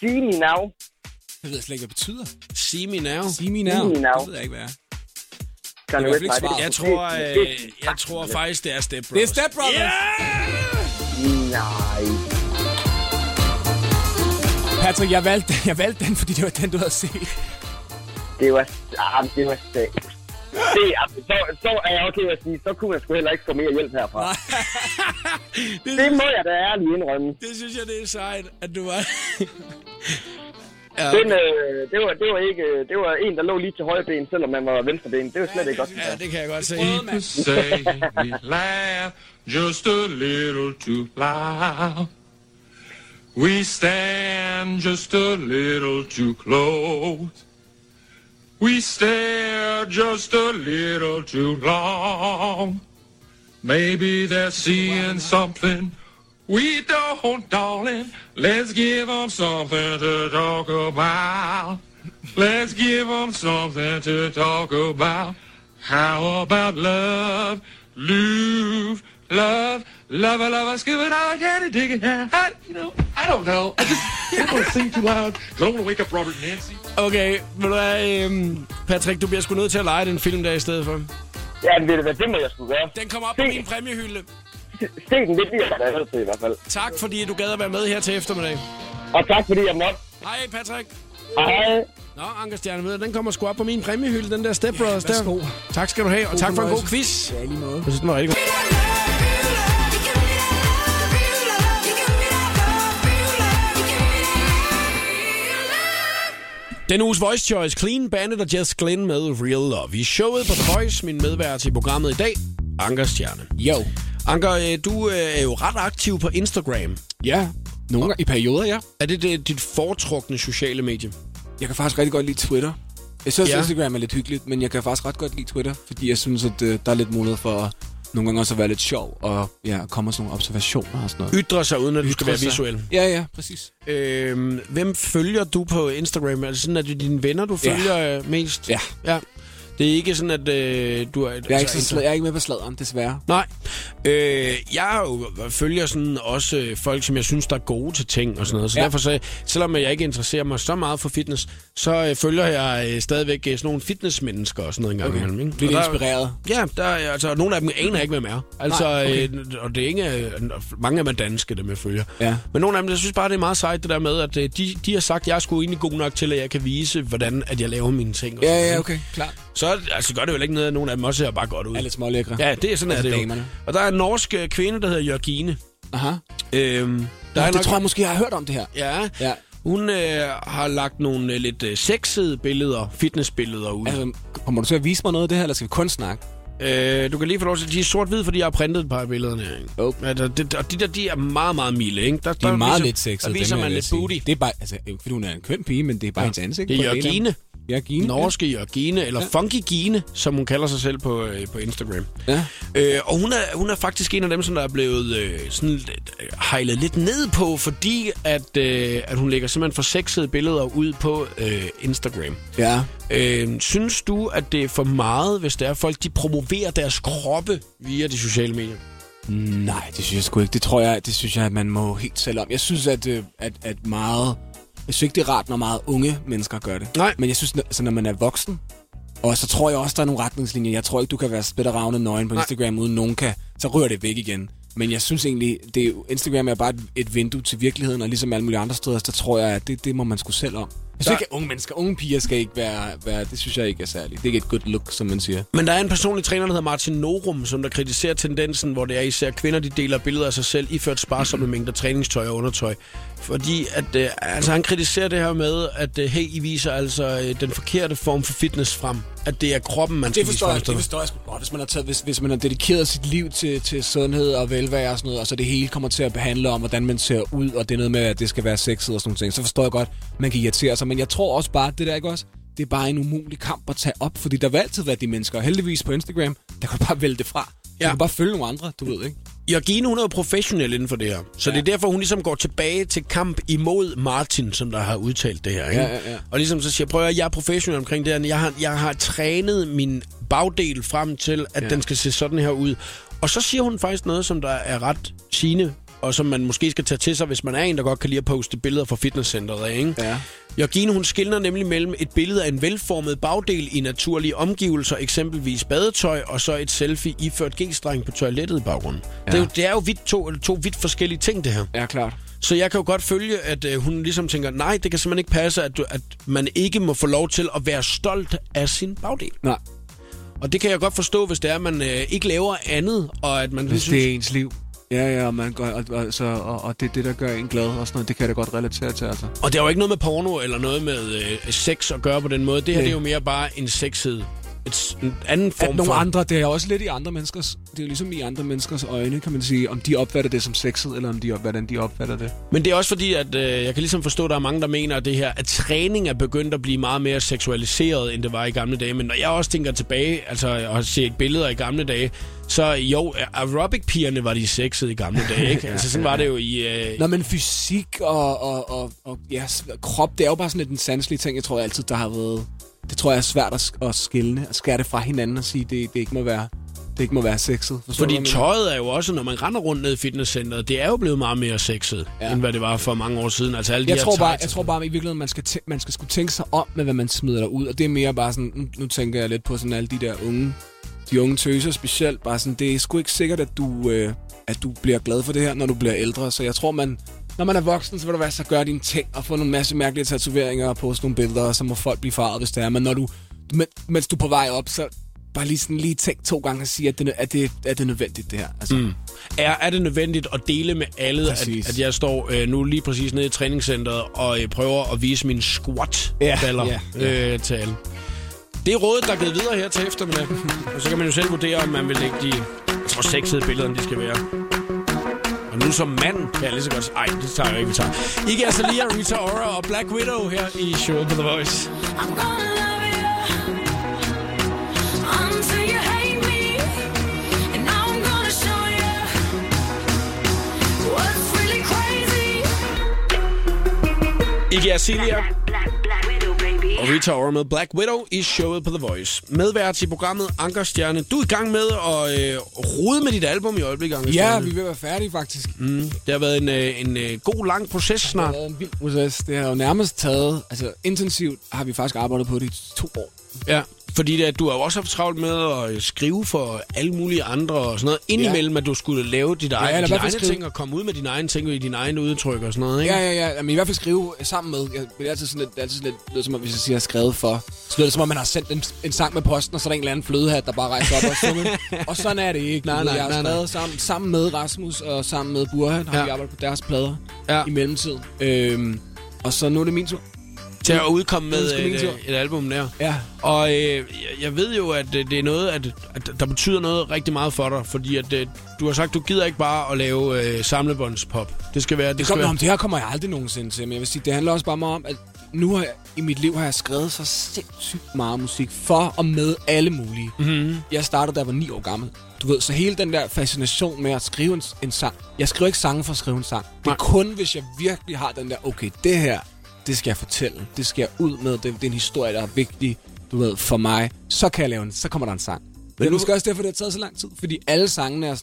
[SPEAKER 10] Sig me now.
[SPEAKER 2] Det ved jeg slet ikke, hvad det betyder.
[SPEAKER 1] See me now.
[SPEAKER 2] See me now.
[SPEAKER 10] me now.
[SPEAKER 2] Det ved jeg ikke, hvad er.
[SPEAKER 10] Kan
[SPEAKER 2] Det er i hvert fald ikke svaret.
[SPEAKER 1] Jeg tror, øh, jeg tror faktisk, det er Step Brothers.
[SPEAKER 2] Det er Step Brothers.
[SPEAKER 10] Nej.
[SPEAKER 2] Patrick, jeg valgte, jeg valgte den, fordi det var den, du havde set.
[SPEAKER 10] Det var... Ah, det var sag. Det, er- så, så er jeg okay at sige, så kunne man sgu heller ikke få mere hjælp herfra. det må jeg da ærligt indrømme.
[SPEAKER 1] Det synes jeg, det er sejt, at du var...
[SPEAKER 10] Den, øh, det, var, det, var ikke, øh, det var en, der lå lige til højre ben, selvom man var venstre ben. Det var slet ikke godt.
[SPEAKER 1] Ja, det kan jeg godt se.
[SPEAKER 11] say we laugh just a little too loud. We stand just a little too close. We stare just a little too long. Maybe they're seeing something we don't, darling. Let's give them something to talk about. Let's give them something to talk about. How about love? Love, love, love, I love, I scuba, I gotta dig it. I, you know, I don't know. I just don't want to sing too loud. 'cause I don't want to wake up Robert and Nancy.
[SPEAKER 1] Okay, ved du hvad, øhm, Patrick, du bliver sgu nødt til at lege den film der i stedet for.
[SPEAKER 10] Ja, men ved du hvad, det må jeg sgu gøre.
[SPEAKER 1] Den kommer op på min præmiehylde.
[SPEAKER 10] Se den, det bliver jeg da nødt til i hvert fald.
[SPEAKER 1] Tak, fordi du gad at være med her til eftermiddag.
[SPEAKER 10] Og tak fordi jeg måtte.
[SPEAKER 1] Hej, Patrick.
[SPEAKER 10] Hej.
[SPEAKER 1] Nå, Anker Stjernemøder, den kommer sgu op på min præmiehylde, den der Step Brothers der.
[SPEAKER 2] værsgo.
[SPEAKER 1] Tak skal du have, og tak for en god
[SPEAKER 2] fornøjelse.
[SPEAKER 1] quiz.
[SPEAKER 2] Ja, i lige måde.
[SPEAKER 1] Jeg synes, den var rigtig god. Den uges Voice Choice, Clean Bandit og Jess Glynn med Real Love. I showet på The Voice, min medvært i programmet i dag, Anker Stjerne.
[SPEAKER 2] Jo.
[SPEAKER 1] Anker, øh, du øh, er jo ret aktiv på Instagram.
[SPEAKER 2] Ja, nogle gange i perioder, ja.
[SPEAKER 1] Er det, det dit foretrukne sociale medie?
[SPEAKER 2] Jeg kan faktisk rigtig godt lide Twitter. Jeg synes,
[SPEAKER 1] Ja.
[SPEAKER 2] ja. Instagram er lidt hyggeligt, men jeg kan faktisk ret godt lide Twitter, fordi jeg synes, at øh, der er lidt mulighed for at nogle gange også at være lidt sjov, og ja, komme med sådan nogle observationer og sådan noget.
[SPEAKER 1] Ytrer sig, uden at du skal være
[SPEAKER 2] Ytre sig.
[SPEAKER 1] visuel.
[SPEAKER 2] Ja, ja, præcis.
[SPEAKER 1] Øhm, hvem følger du på Instagram? Er det sådan, at det er dine venner, du
[SPEAKER 2] Ja.
[SPEAKER 1] følger øh, mest?
[SPEAKER 2] Ja.
[SPEAKER 1] ja. Det er ikke sådan, at øh, du er...
[SPEAKER 2] Jeg er, ikke, så sla- jeg er ikke med på sladeren, desværre.
[SPEAKER 1] Nej. Øh, jeg er jo, følger sådan også øh, folk, som jeg synes, der er gode til ting og sådan noget. Så ja.
[SPEAKER 2] Ja.
[SPEAKER 1] derfor, så, selvom jeg ikke interesserer mig så meget for fitness, så øh, følger jeg øh, stadigvæk øh, sådan nogle fitnessmennesker og sådan noget en gang imellem. Ikke?
[SPEAKER 2] Bliver
[SPEAKER 1] Og
[SPEAKER 2] lidt
[SPEAKER 1] der-
[SPEAKER 2] inspireret.
[SPEAKER 1] Ja, der, er- altså, nogle af dem aner jeg ikke, hvem er. Altså,
[SPEAKER 2] Nej,
[SPEAKER 1] okay.
[SPEAKER 2] okay.
[SPEAKER 1] øh, og det er ikke, øh, mange af dem er danske, dem jeg følger.
[SPEAKER 2] Ja.
[SPEAKER 1] Men nogle af dem, jeg synes bare, det er meget sejt, det der med, at øh, de, de har sagt, at jeg er sgu egentlig god nok til, at jeg kan vise, hvordan at jeg laver mine ting. og sådan
[SPEAKER 2] Ja,
[SPEAKER 1] noget,
[SPEAKER 2] ja,
[SPEAKER 1] ikke?
[SPEAKER 2] okay, klart.
[SPEAKER 1] Så altså, gør det jo ikke noget, at nogle af dem også ser bare godt ud.
[SPEAKER 2] Er lidt smålækre.
[SPEAKER 1] Ja, det er sådan, er
[SPEAKER 2] Altså
[SPEAKER 1] det jo.
[SPEAKER 2] damerne.
[SPEAKER 1] Og der er en norsk øh, kvinde, der hedder Jørgine.
[SPEAKER 2] Aha.
[SPEAKER 1] Øhm, der
[SPEAKER 2] Der
[SPEAKER 1] er
[SPEAKER 2] det tror jeg måske, jeg har hørt om det her.
[SPEAKER 1] Ja, ja.
[SPEAKER 2] Ja.
[SPEAKER 1] hun øh, har lagt nogle øh, lidt øh, sexede billeder, fitnessbilleder ud.
[SPEAKER 2] Altså, kommer du til at vise mig noget af det her, eller skal vi kun snakke?
[SPEAKER 1] Øh, du kan lige få lov til, de er sort-hvide, fordi jeg har printet et par af billederne her. Ikke?
[SPEAKER 2] Jo.
[SPEAKER 1] Altså, det, og de der, de er meget, meget milde. Ikke? Der,
[SPEAKER 2] De er
[SPEAKER 1] der
[SPEAKER 2] meget
[SPEAKER 1] viser,
[SPEAKER 2] lidt sexede.
[SPEAKER 1] Der
[SPEAKER 2] dem
[SPEAKER 1] viser
[SPEAKER 2] her,
[SPEAKER 1] man
[SPEAKER 2] vil jeg
[SPEAKER 1] lidt
[SPEAKER 2] sige.
[SPEAKER 1] booty.
[SPEAKER 2] Det er bare, altså, øh, fordi hun er en køn pige, men det er bare ja. hendes ansigt.
[SPEAKER 1] Det er
[SPEAKER 2] på billedet.
[SPEAKER 1] Jørgine.
[SPEAKER 2] Jørgine.
[SPEAKER 1] Norske Jørgine, eller ja. Funky Gine, som hun kalder sig selv på, øh, på Instagram.
[SPEAKER 2] Ja.
[SPEAKER 1] Øh, og hun er, hun er faktisk en af dem, som der er blevet øh, sådan lidt, øh, hejlet lidt ned på, fordi at, øh, at hun lægger simpelthen for sexede billeder ud på øh, Instagram.
[SPEAKER 2] Ja.
[SPEAKER 1] Øh, synes du, at det er for meget, hvis der er folk, de promoverer deres kroppe via de sociale medier?
[SPEAKER 2] Nej, det synes jeg sgu ikke. Det tror jeg, det synes jeg, at man må helt selv om. Jeg synes, at, øh, at, at meget... Jeg synes ikke, det er rart, når meget unge mennesker gør det.
[SPEAKER 1] Nej.
[SPEAKER 2] Men jeg synes, når, altså, når man er voksen, og så tror jeg også, der er nogle retningslinjer. Jeg tror ikke, du kan være splitteravne nøgen på
[SPEAKER 1] Nej.
[SPEAKER 2] Instagram, uden nogen kan. Så rører det væk igen. Men jeg synes egentlig, det er, jo- Instagram er bare et, et vindue til virkeligheden, og ligesom alle mulige andre steder, så tror jeg, at det, det må man sgu selv om. Jeg synes ikke, at unge mennesker, unge piger skal ikke være, være... Det synes jeg ikke er særligt. Det er ikke et godt look, som man siger.
[SPEAKER 1] Men der er en personlig træner, der hedder Martin Norum, som der kritiserer tendensen, hvor det er især kvinder, de deler billeder af sig selv, iført sparsomme mængder træningstøj og undertøj. Fordi at, øh, altså, han kritiserer det her med, at øh, hey, I viser altså øh, den forkerte form for fitness frem. At det er kroppen, man skal
[SPEAKER 2] Det
[SPEAKER 1] vise
[SPEAKER 2] forstår,
[SPEAKER 1] frem.
[SPEAKER 2] jeg, det forstår jeg sgu godt, hvis man, har taget, hvis, hvis man har dedikeret sit liv til, til sundhed og velvære og sådan noget, og så det hele kommer til at handle om, hvordan man ser ud, og det er noget med, at det skal være sexet og sådan nogle ting, så forstår jeg godt, man kan irritere sig. Men jeg tror også bare, at det der ikke også, det er bare en umulig kamp at tage op, fordi der vil altid være de mennesker, og heldigvis på Instagram, der kan du bare vælge det fra. Ja. Du kan bare følge nogle andre, du ved, ikke?
[SPEAKER 1] Jørgine, hun er jo professionel inden for det her. Så ja. det er derfor, hun ligesom går tilbage til kamp imod Martin, som der har udtalt det her. Ikke?
[SPEAKER 2] Ja, ja, ja.
[SPEAKER 1] Og ligesom så siger, prøv at høre, jeg er professionel omkring det her. Jeg har, jeg har trænet min bagdel frem til, at ja. den skal se sådan her ud. Og så siger hun faktisk noget, som der er ret sigende, og som man måske skal tage til sig, hvis man er en, der godt kan lide at poste billeder fra fitnesscenteret. Ikke? Ja. Jørgine, hun skiller nemlig mellem et billede af en velformet bagdel i naturlige omgivelser, eksempelvis badetøj, og så et selfie iført g-streng på toilettet i baggrunden. Ja. Det, er jo, det er jo vidt to, eller to vidt forskellige ting, det her.
[SPEAKER 2] Ja, klart.
[SPEAKER 1] Så jeg kan jo godt følge, at øh, hun ligesom tænker, nej, det kan simpelthen ikke passe, at, du, at man ikke må få lov til at være stolt af sin bagdel.
[SPEAKER 2] Nej.
[SPEAKER 1] Og det kan jeg godt forstå, hvis det er, at man øh, ikke laver andet, og at man...
[SPEAKER 2] Hvis det er ens liv. Ja, ja, og, man går, og, og, så, og, og det er det, der gør en glad og sådan noget. Det kan jeg da godt relatere til, altså.
[SPEAKER 1] Og det har jo ikke noget med porno eller noget med øh, sex at gøre på den måde. Det her
[SPEAKER 2] Nej.
[SPEAKER 1] det er jo mere bare en sexhed. Et, s- en anden form
[SPEAKER 2] at nogle
[SPEAKER 1] for...
[SPEAKER 2] andre, det er også lidt i andre menneskers, det er jo ligesom i andre menneskers øjne, kan man sige, om de opfatter det som sexet, eller om de, op- hvordan de opfatter det.
[SPEAKER 1] Men det er også fordi, at øh, jeg kan ligesom forstå, at der er mange, der mener at det her, at træning er begyndt at blive meget mere seksualiseret, end det var i gamle dage. Men når jeg også tænker tilbage, altså og ser billeder i gamle dage, så jo, aerobic-pigerne var de sexede i gamle dage, ikke?
[SPEAKER 2] Ja,
[SPEAKER 1] Altså sådan
[SPEAKER 2] ja,
[SPEAKER 1] var det
[SPEAKER 2] ja.
[SPEAKER 1] jo i... Øh,
[SPEAKER 2] Nå, men fysik og, og, og, og ja, s- krop, det er jo bare sådan lidt en sanselig ting, jeg tror altid, der har været... Det tror jeg er svært at, sk- at skille, at skære det fra hinanden og sige, det, det ikke må være, det ikke må være sexet. Forstår du,
[SPEAKER 1] fordi
[SPEAKER 2] hvad jeg mener?
[SPEAKER 1] tøjet er jo også, når man render rundt ned i fitnesscenteret, det er jo blevet meget mere sexet, ja. end hvad det var for mange år siden. Altså alle de
[SPEAKER 2] Jeg
[SPEAKER 1] her
[SPEAKER 2] tror, bare,
[SPEAKER 1] tights og
[SPEAKER 2] jeg tror bare, at i virkeligheden, man skal, tæ- man skal skulle tænke sig om med, hvad man smider derud. Og det er mere bare sådan, nu- nu tænker jeg lidt på sådan alle de der unge, de unge tøser specielt. Bare sådan, det er sgu ikke sikkert, at du, øh, at du bliver glad for det her, når du bliver ældre. Så jeg tror, man, når man er voksen, så vil du være så at gøre dine ting og få nogle masse mærkelige tatoveringer og poste nogle billeder, og så må folk blive farvet, hvis det er. Men når du, men, mens du er på vej op, så bare lige sådan lige tænk to gange og sige, at det, nø- at det, at det er nødvendigt, det her. Altså, mm.
[SPEAKER 1] er, er det nødvendigt at dele med alle, at,
[SPEAKER 2] Præcis.
[SPEAKER 1] at jeg står øh, nu lige præcis nede i træningscenteret og øh, prøver at vise min squat baller
[SPEAKER 2] ja,
[SPEAKER 1] Øh, til alle. Det er rådet, der er givet videre her til eftermiddag. og så kan man jo selv vurdere, om man vil lægge de jeg tror, sexede billeder, end de skal være. Og nu som mand kan jeg lige så godt... Ej, det tager jeg ikke, vi tager. Iggy Azalea, Rita Ora og Black Widow her i showet på The Voice. Iggy Azalea og Rita Ora med Black Widow i showet på The Voice. Medvært i programmet Ankerstjerne. Du er i gang med at øh, rode med dit album i øjeblikket,
[SPEAKER 2] Ja,
[SPEAKER 1] Ankerstjerne.
[SPEAKER 2] vi er ved at være færdige faktisk.
[SPEAKER 1] Mm. Det har været en, øh, en øh, god, lang proces snart.
[SPEAKER 2] Det har været en vild proces. Det har jo nærmest taget... Altså, intensivt har vi faktisk arbejdet på det i to år.
[SPEAKER 1] Ja, fordi det, er, du har jo også haft travlt med at øh, skrive for alle mulige andre og sådan noget. Indimellem, ja. at du skulle lave dit egen,
[SPEAKER 2] eller i
[SPEAKER 1] ja,
[SPEAKER 2] hvert
[SPEAKER 1] dine
[SPEAKER 2] fald
[SPEAKER 1] egne
[SPEAKER 2] skrive-
[SPEAKER 1] ting og komme ud med dine egne ting i dine egne udtryk og sådan noget, ikke?
[SPEAKER 2] Ja, ja, ja. Jamen, i hvert fald skrive sammen med... Jeg, det er altid sådan lidt, det er altid sådan lidt lyder, som om, hvis jeg siger skrevet for, så lyder det som om, man har sendt en, en sang med posten, og så er der en eller anden flødehat, der bare rejser op og sunget. og sådan er det ikke.
[SPEAKER 1] Nej,
[SPEAKER 2] Du ved,
[SPEAKER 1] nej,
[SPEAKER 2] jeg har
[SPEAKER 1] nej, nej.
[SPEAKER 2] skrevet Sammen, sammen med Rasmus og sammen med Burhan har
[SPEAKER 1] Ja.
[SPEAKER 2] vi arbejdet på deres plader
[SPEAKER 1] Ja.
[SPEAKER 2] i mellemtiden. Øhm, og så nu er det min tur.
[SPEAKER 1] Til at udkomme
[SPEAKER 2] Nu er det
[SPEAKER 1] med
[SPEAKER 2] sgu min
[SPEAKER 1] et,
[SPEAKER 2] tur.
[SPEAKER 1] øh, et album der.
[SPEAKER 2] Ja.
[SPEAKER 1] Og øh, jeg- jeg ved jo, at øh, det er noget, at, at der betyder noget rigtig meget for dig, fordi at, øh, du har sagt, du gider ikke bare at lave øh, samlebåndspop. Det skal være... Det,
[SPEAKER 2] Det,
[SPEAKER 1] skal
[SPEAKER 2] kom,
[SPEAKER 1] være...
[SPEAKER 2] om det her kommer jeg aldrig nogensinde til, men jeg vil sige, det handler også bare meget om, at nu har jeg, i mit liv har jeg skrevet så sindssygt meget musik for og med alle mulige. Mm-hmm. Jeg startede, da jeg var ni år gammel. Du ved, så hele den der fascination med at skrive en, en sang. Jeg skriver ikke sange for at skrive en sang. Det er kun, hvis jeg virkelig har den der, okay, det her, det skal jeg fortælle. Det skal jeg ud med. Det, det er en historie, der er vigtig, du ved, for mig. Så kan jeg lave en, så kommer der en sang. Men det er
[SPEAKER 1] nu-
[SPEAKER 2] måske også derfor, det har taget så lang tid, fordi alle sangene er sådan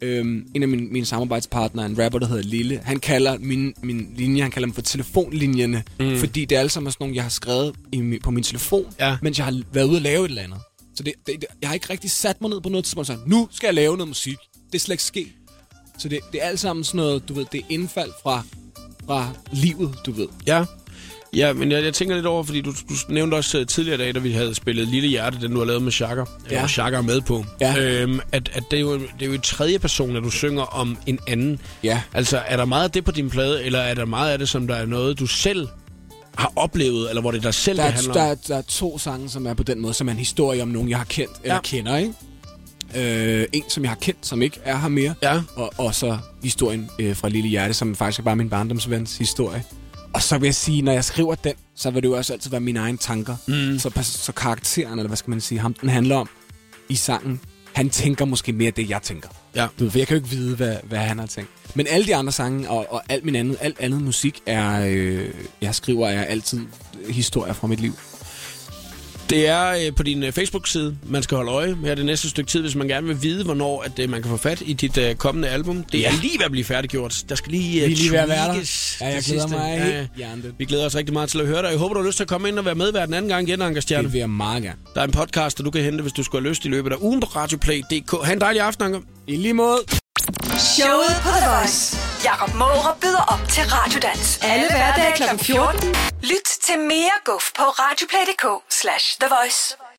[SPEAKER 2] noget. Øhm, en af mine, mine samarbejdspartnere, en rapper, der hedder Lille, han kalder min, min linje, han kalder dem for telefonlinjerne,
[SPEAKER 1] Mm.
[SPEAKER 2] mm. fordi det er alle sammen sådan nogle, jeg har skrevet i, mi- på min telefon,
[SPEAKER 1] Ja.
[SPEAKER 2] mens jeg har været ude at lave et eller andet. Så det, det, det, jeg har ikke rigtig sat mig ned på noget tidspunkt og sagt, nu skal jeg lave noget musik. Det er slet ikke sket. Så det, det er alt sammen sådan noget, du ved, det er indfald fra, fra livet, du ved.
[SPEAKER 1] Ja. Ja, men jeg, jeg tænker lidt over, fordi du, du nævnte også øh, tidligere i dag, da vi havde spillet Lille Hjerte, den du har lavet med Chaka, ja.
[SPEAKER 2] Ja.
[SPEAKER 1] hvor Chaka er med på,
[SPEAKER 2] Ja.
[SPEAKER 1] øhm, at, at det, er jo, det er jo i tredje person, at du synger om en anden.
[SPEAKER 2] Ja.
[SPEAKER 1] Altså, er der meget af det på din plade, eller er der meget af det, som der er noget, du selv har oplevet, eller hvor det er dig selv,
[SPEAKER 2] Der
[SPEAKER 1] det
[SPEAKER 2] er,
[SPEAKER 1] handler
[SPEAKER 2] der,
[SPEAKER 1] om?
[SPEAKER 2] er, der er to sange, som er på den måde, som er en historie om nogen, jeg har kendt
[SPEAKER 1] Ja.
[SPEAKER 2] eller ja. kender, ikke? Øh, en, som jeg har kendt, som ikke er her mere.
[SPEAKER 1] Ja.
[SPEAKER 2] Og, og så historien øh, fra Lille Hjerte, som faktisk er bare min barndomsvens historie. Og så vil jeg sige, når jeg skriver den, så vil det jo også altid være mine egne tanker. Mm. Så, pas- så karakteren, eller hvad skal man sige, ham den handler om i sangen, han tænker måske mere det, jeg tænker.
[SPEAKER 1] Ja.
[SPEAKER 2] Du ved, for jeg kan jo ikke vide, hvad, hvad han har tænkt. Men alle de andre sange og, og alt min andet, alt andet musik, er, øh, jeg skriver, er altid historier fra mit liv.
[SPEAKER 1] Det er øh, på din øh, Facebook-side, man skal holde øje med det næste stykke tid, hvis man gerne vil vide, hvornår at, øh, man kan få fat i dit øh, kommende album. Det ja. er
[SPEAKER 2] Ja.
[SPEAKER 1] lige ved at blive færdiggjort. Der skal lige, øh,
[SPEAKER 2] Vi er lige ved at være der.
[SPEAKER 1] tweakes
[SPEAKER 2] Ja, jeg
[SPEAKER 1] det
[SPEAKER 2] glæder
[SPEAKER 1] sidste.
[SPEAKER 2] mig helt hjernedødt.
[SPEAKER 1] Vi glæder os rigtig meget til at høre dig. Jeg håber, du har lyst til at komme ind og være medvært en anden gang igen, Anker Stjerne.
[SPEAKER 2] Det vil jeg meget gerne.
[SPEAKER 1] Der er en podcast, der du kan hente, hvis du skulle have lyst i løbet af ugen på radioplay.dk. Ha' en dejlig aften, Anker.
[SPEAKER 2] I lige måde.
[SPEAKER 3] Showet på The Voice. Jakob Måre byder op til Radiodans. Alle hverdage kl. 14. Lyt til mere guf på radioplay.dk slash The Voice.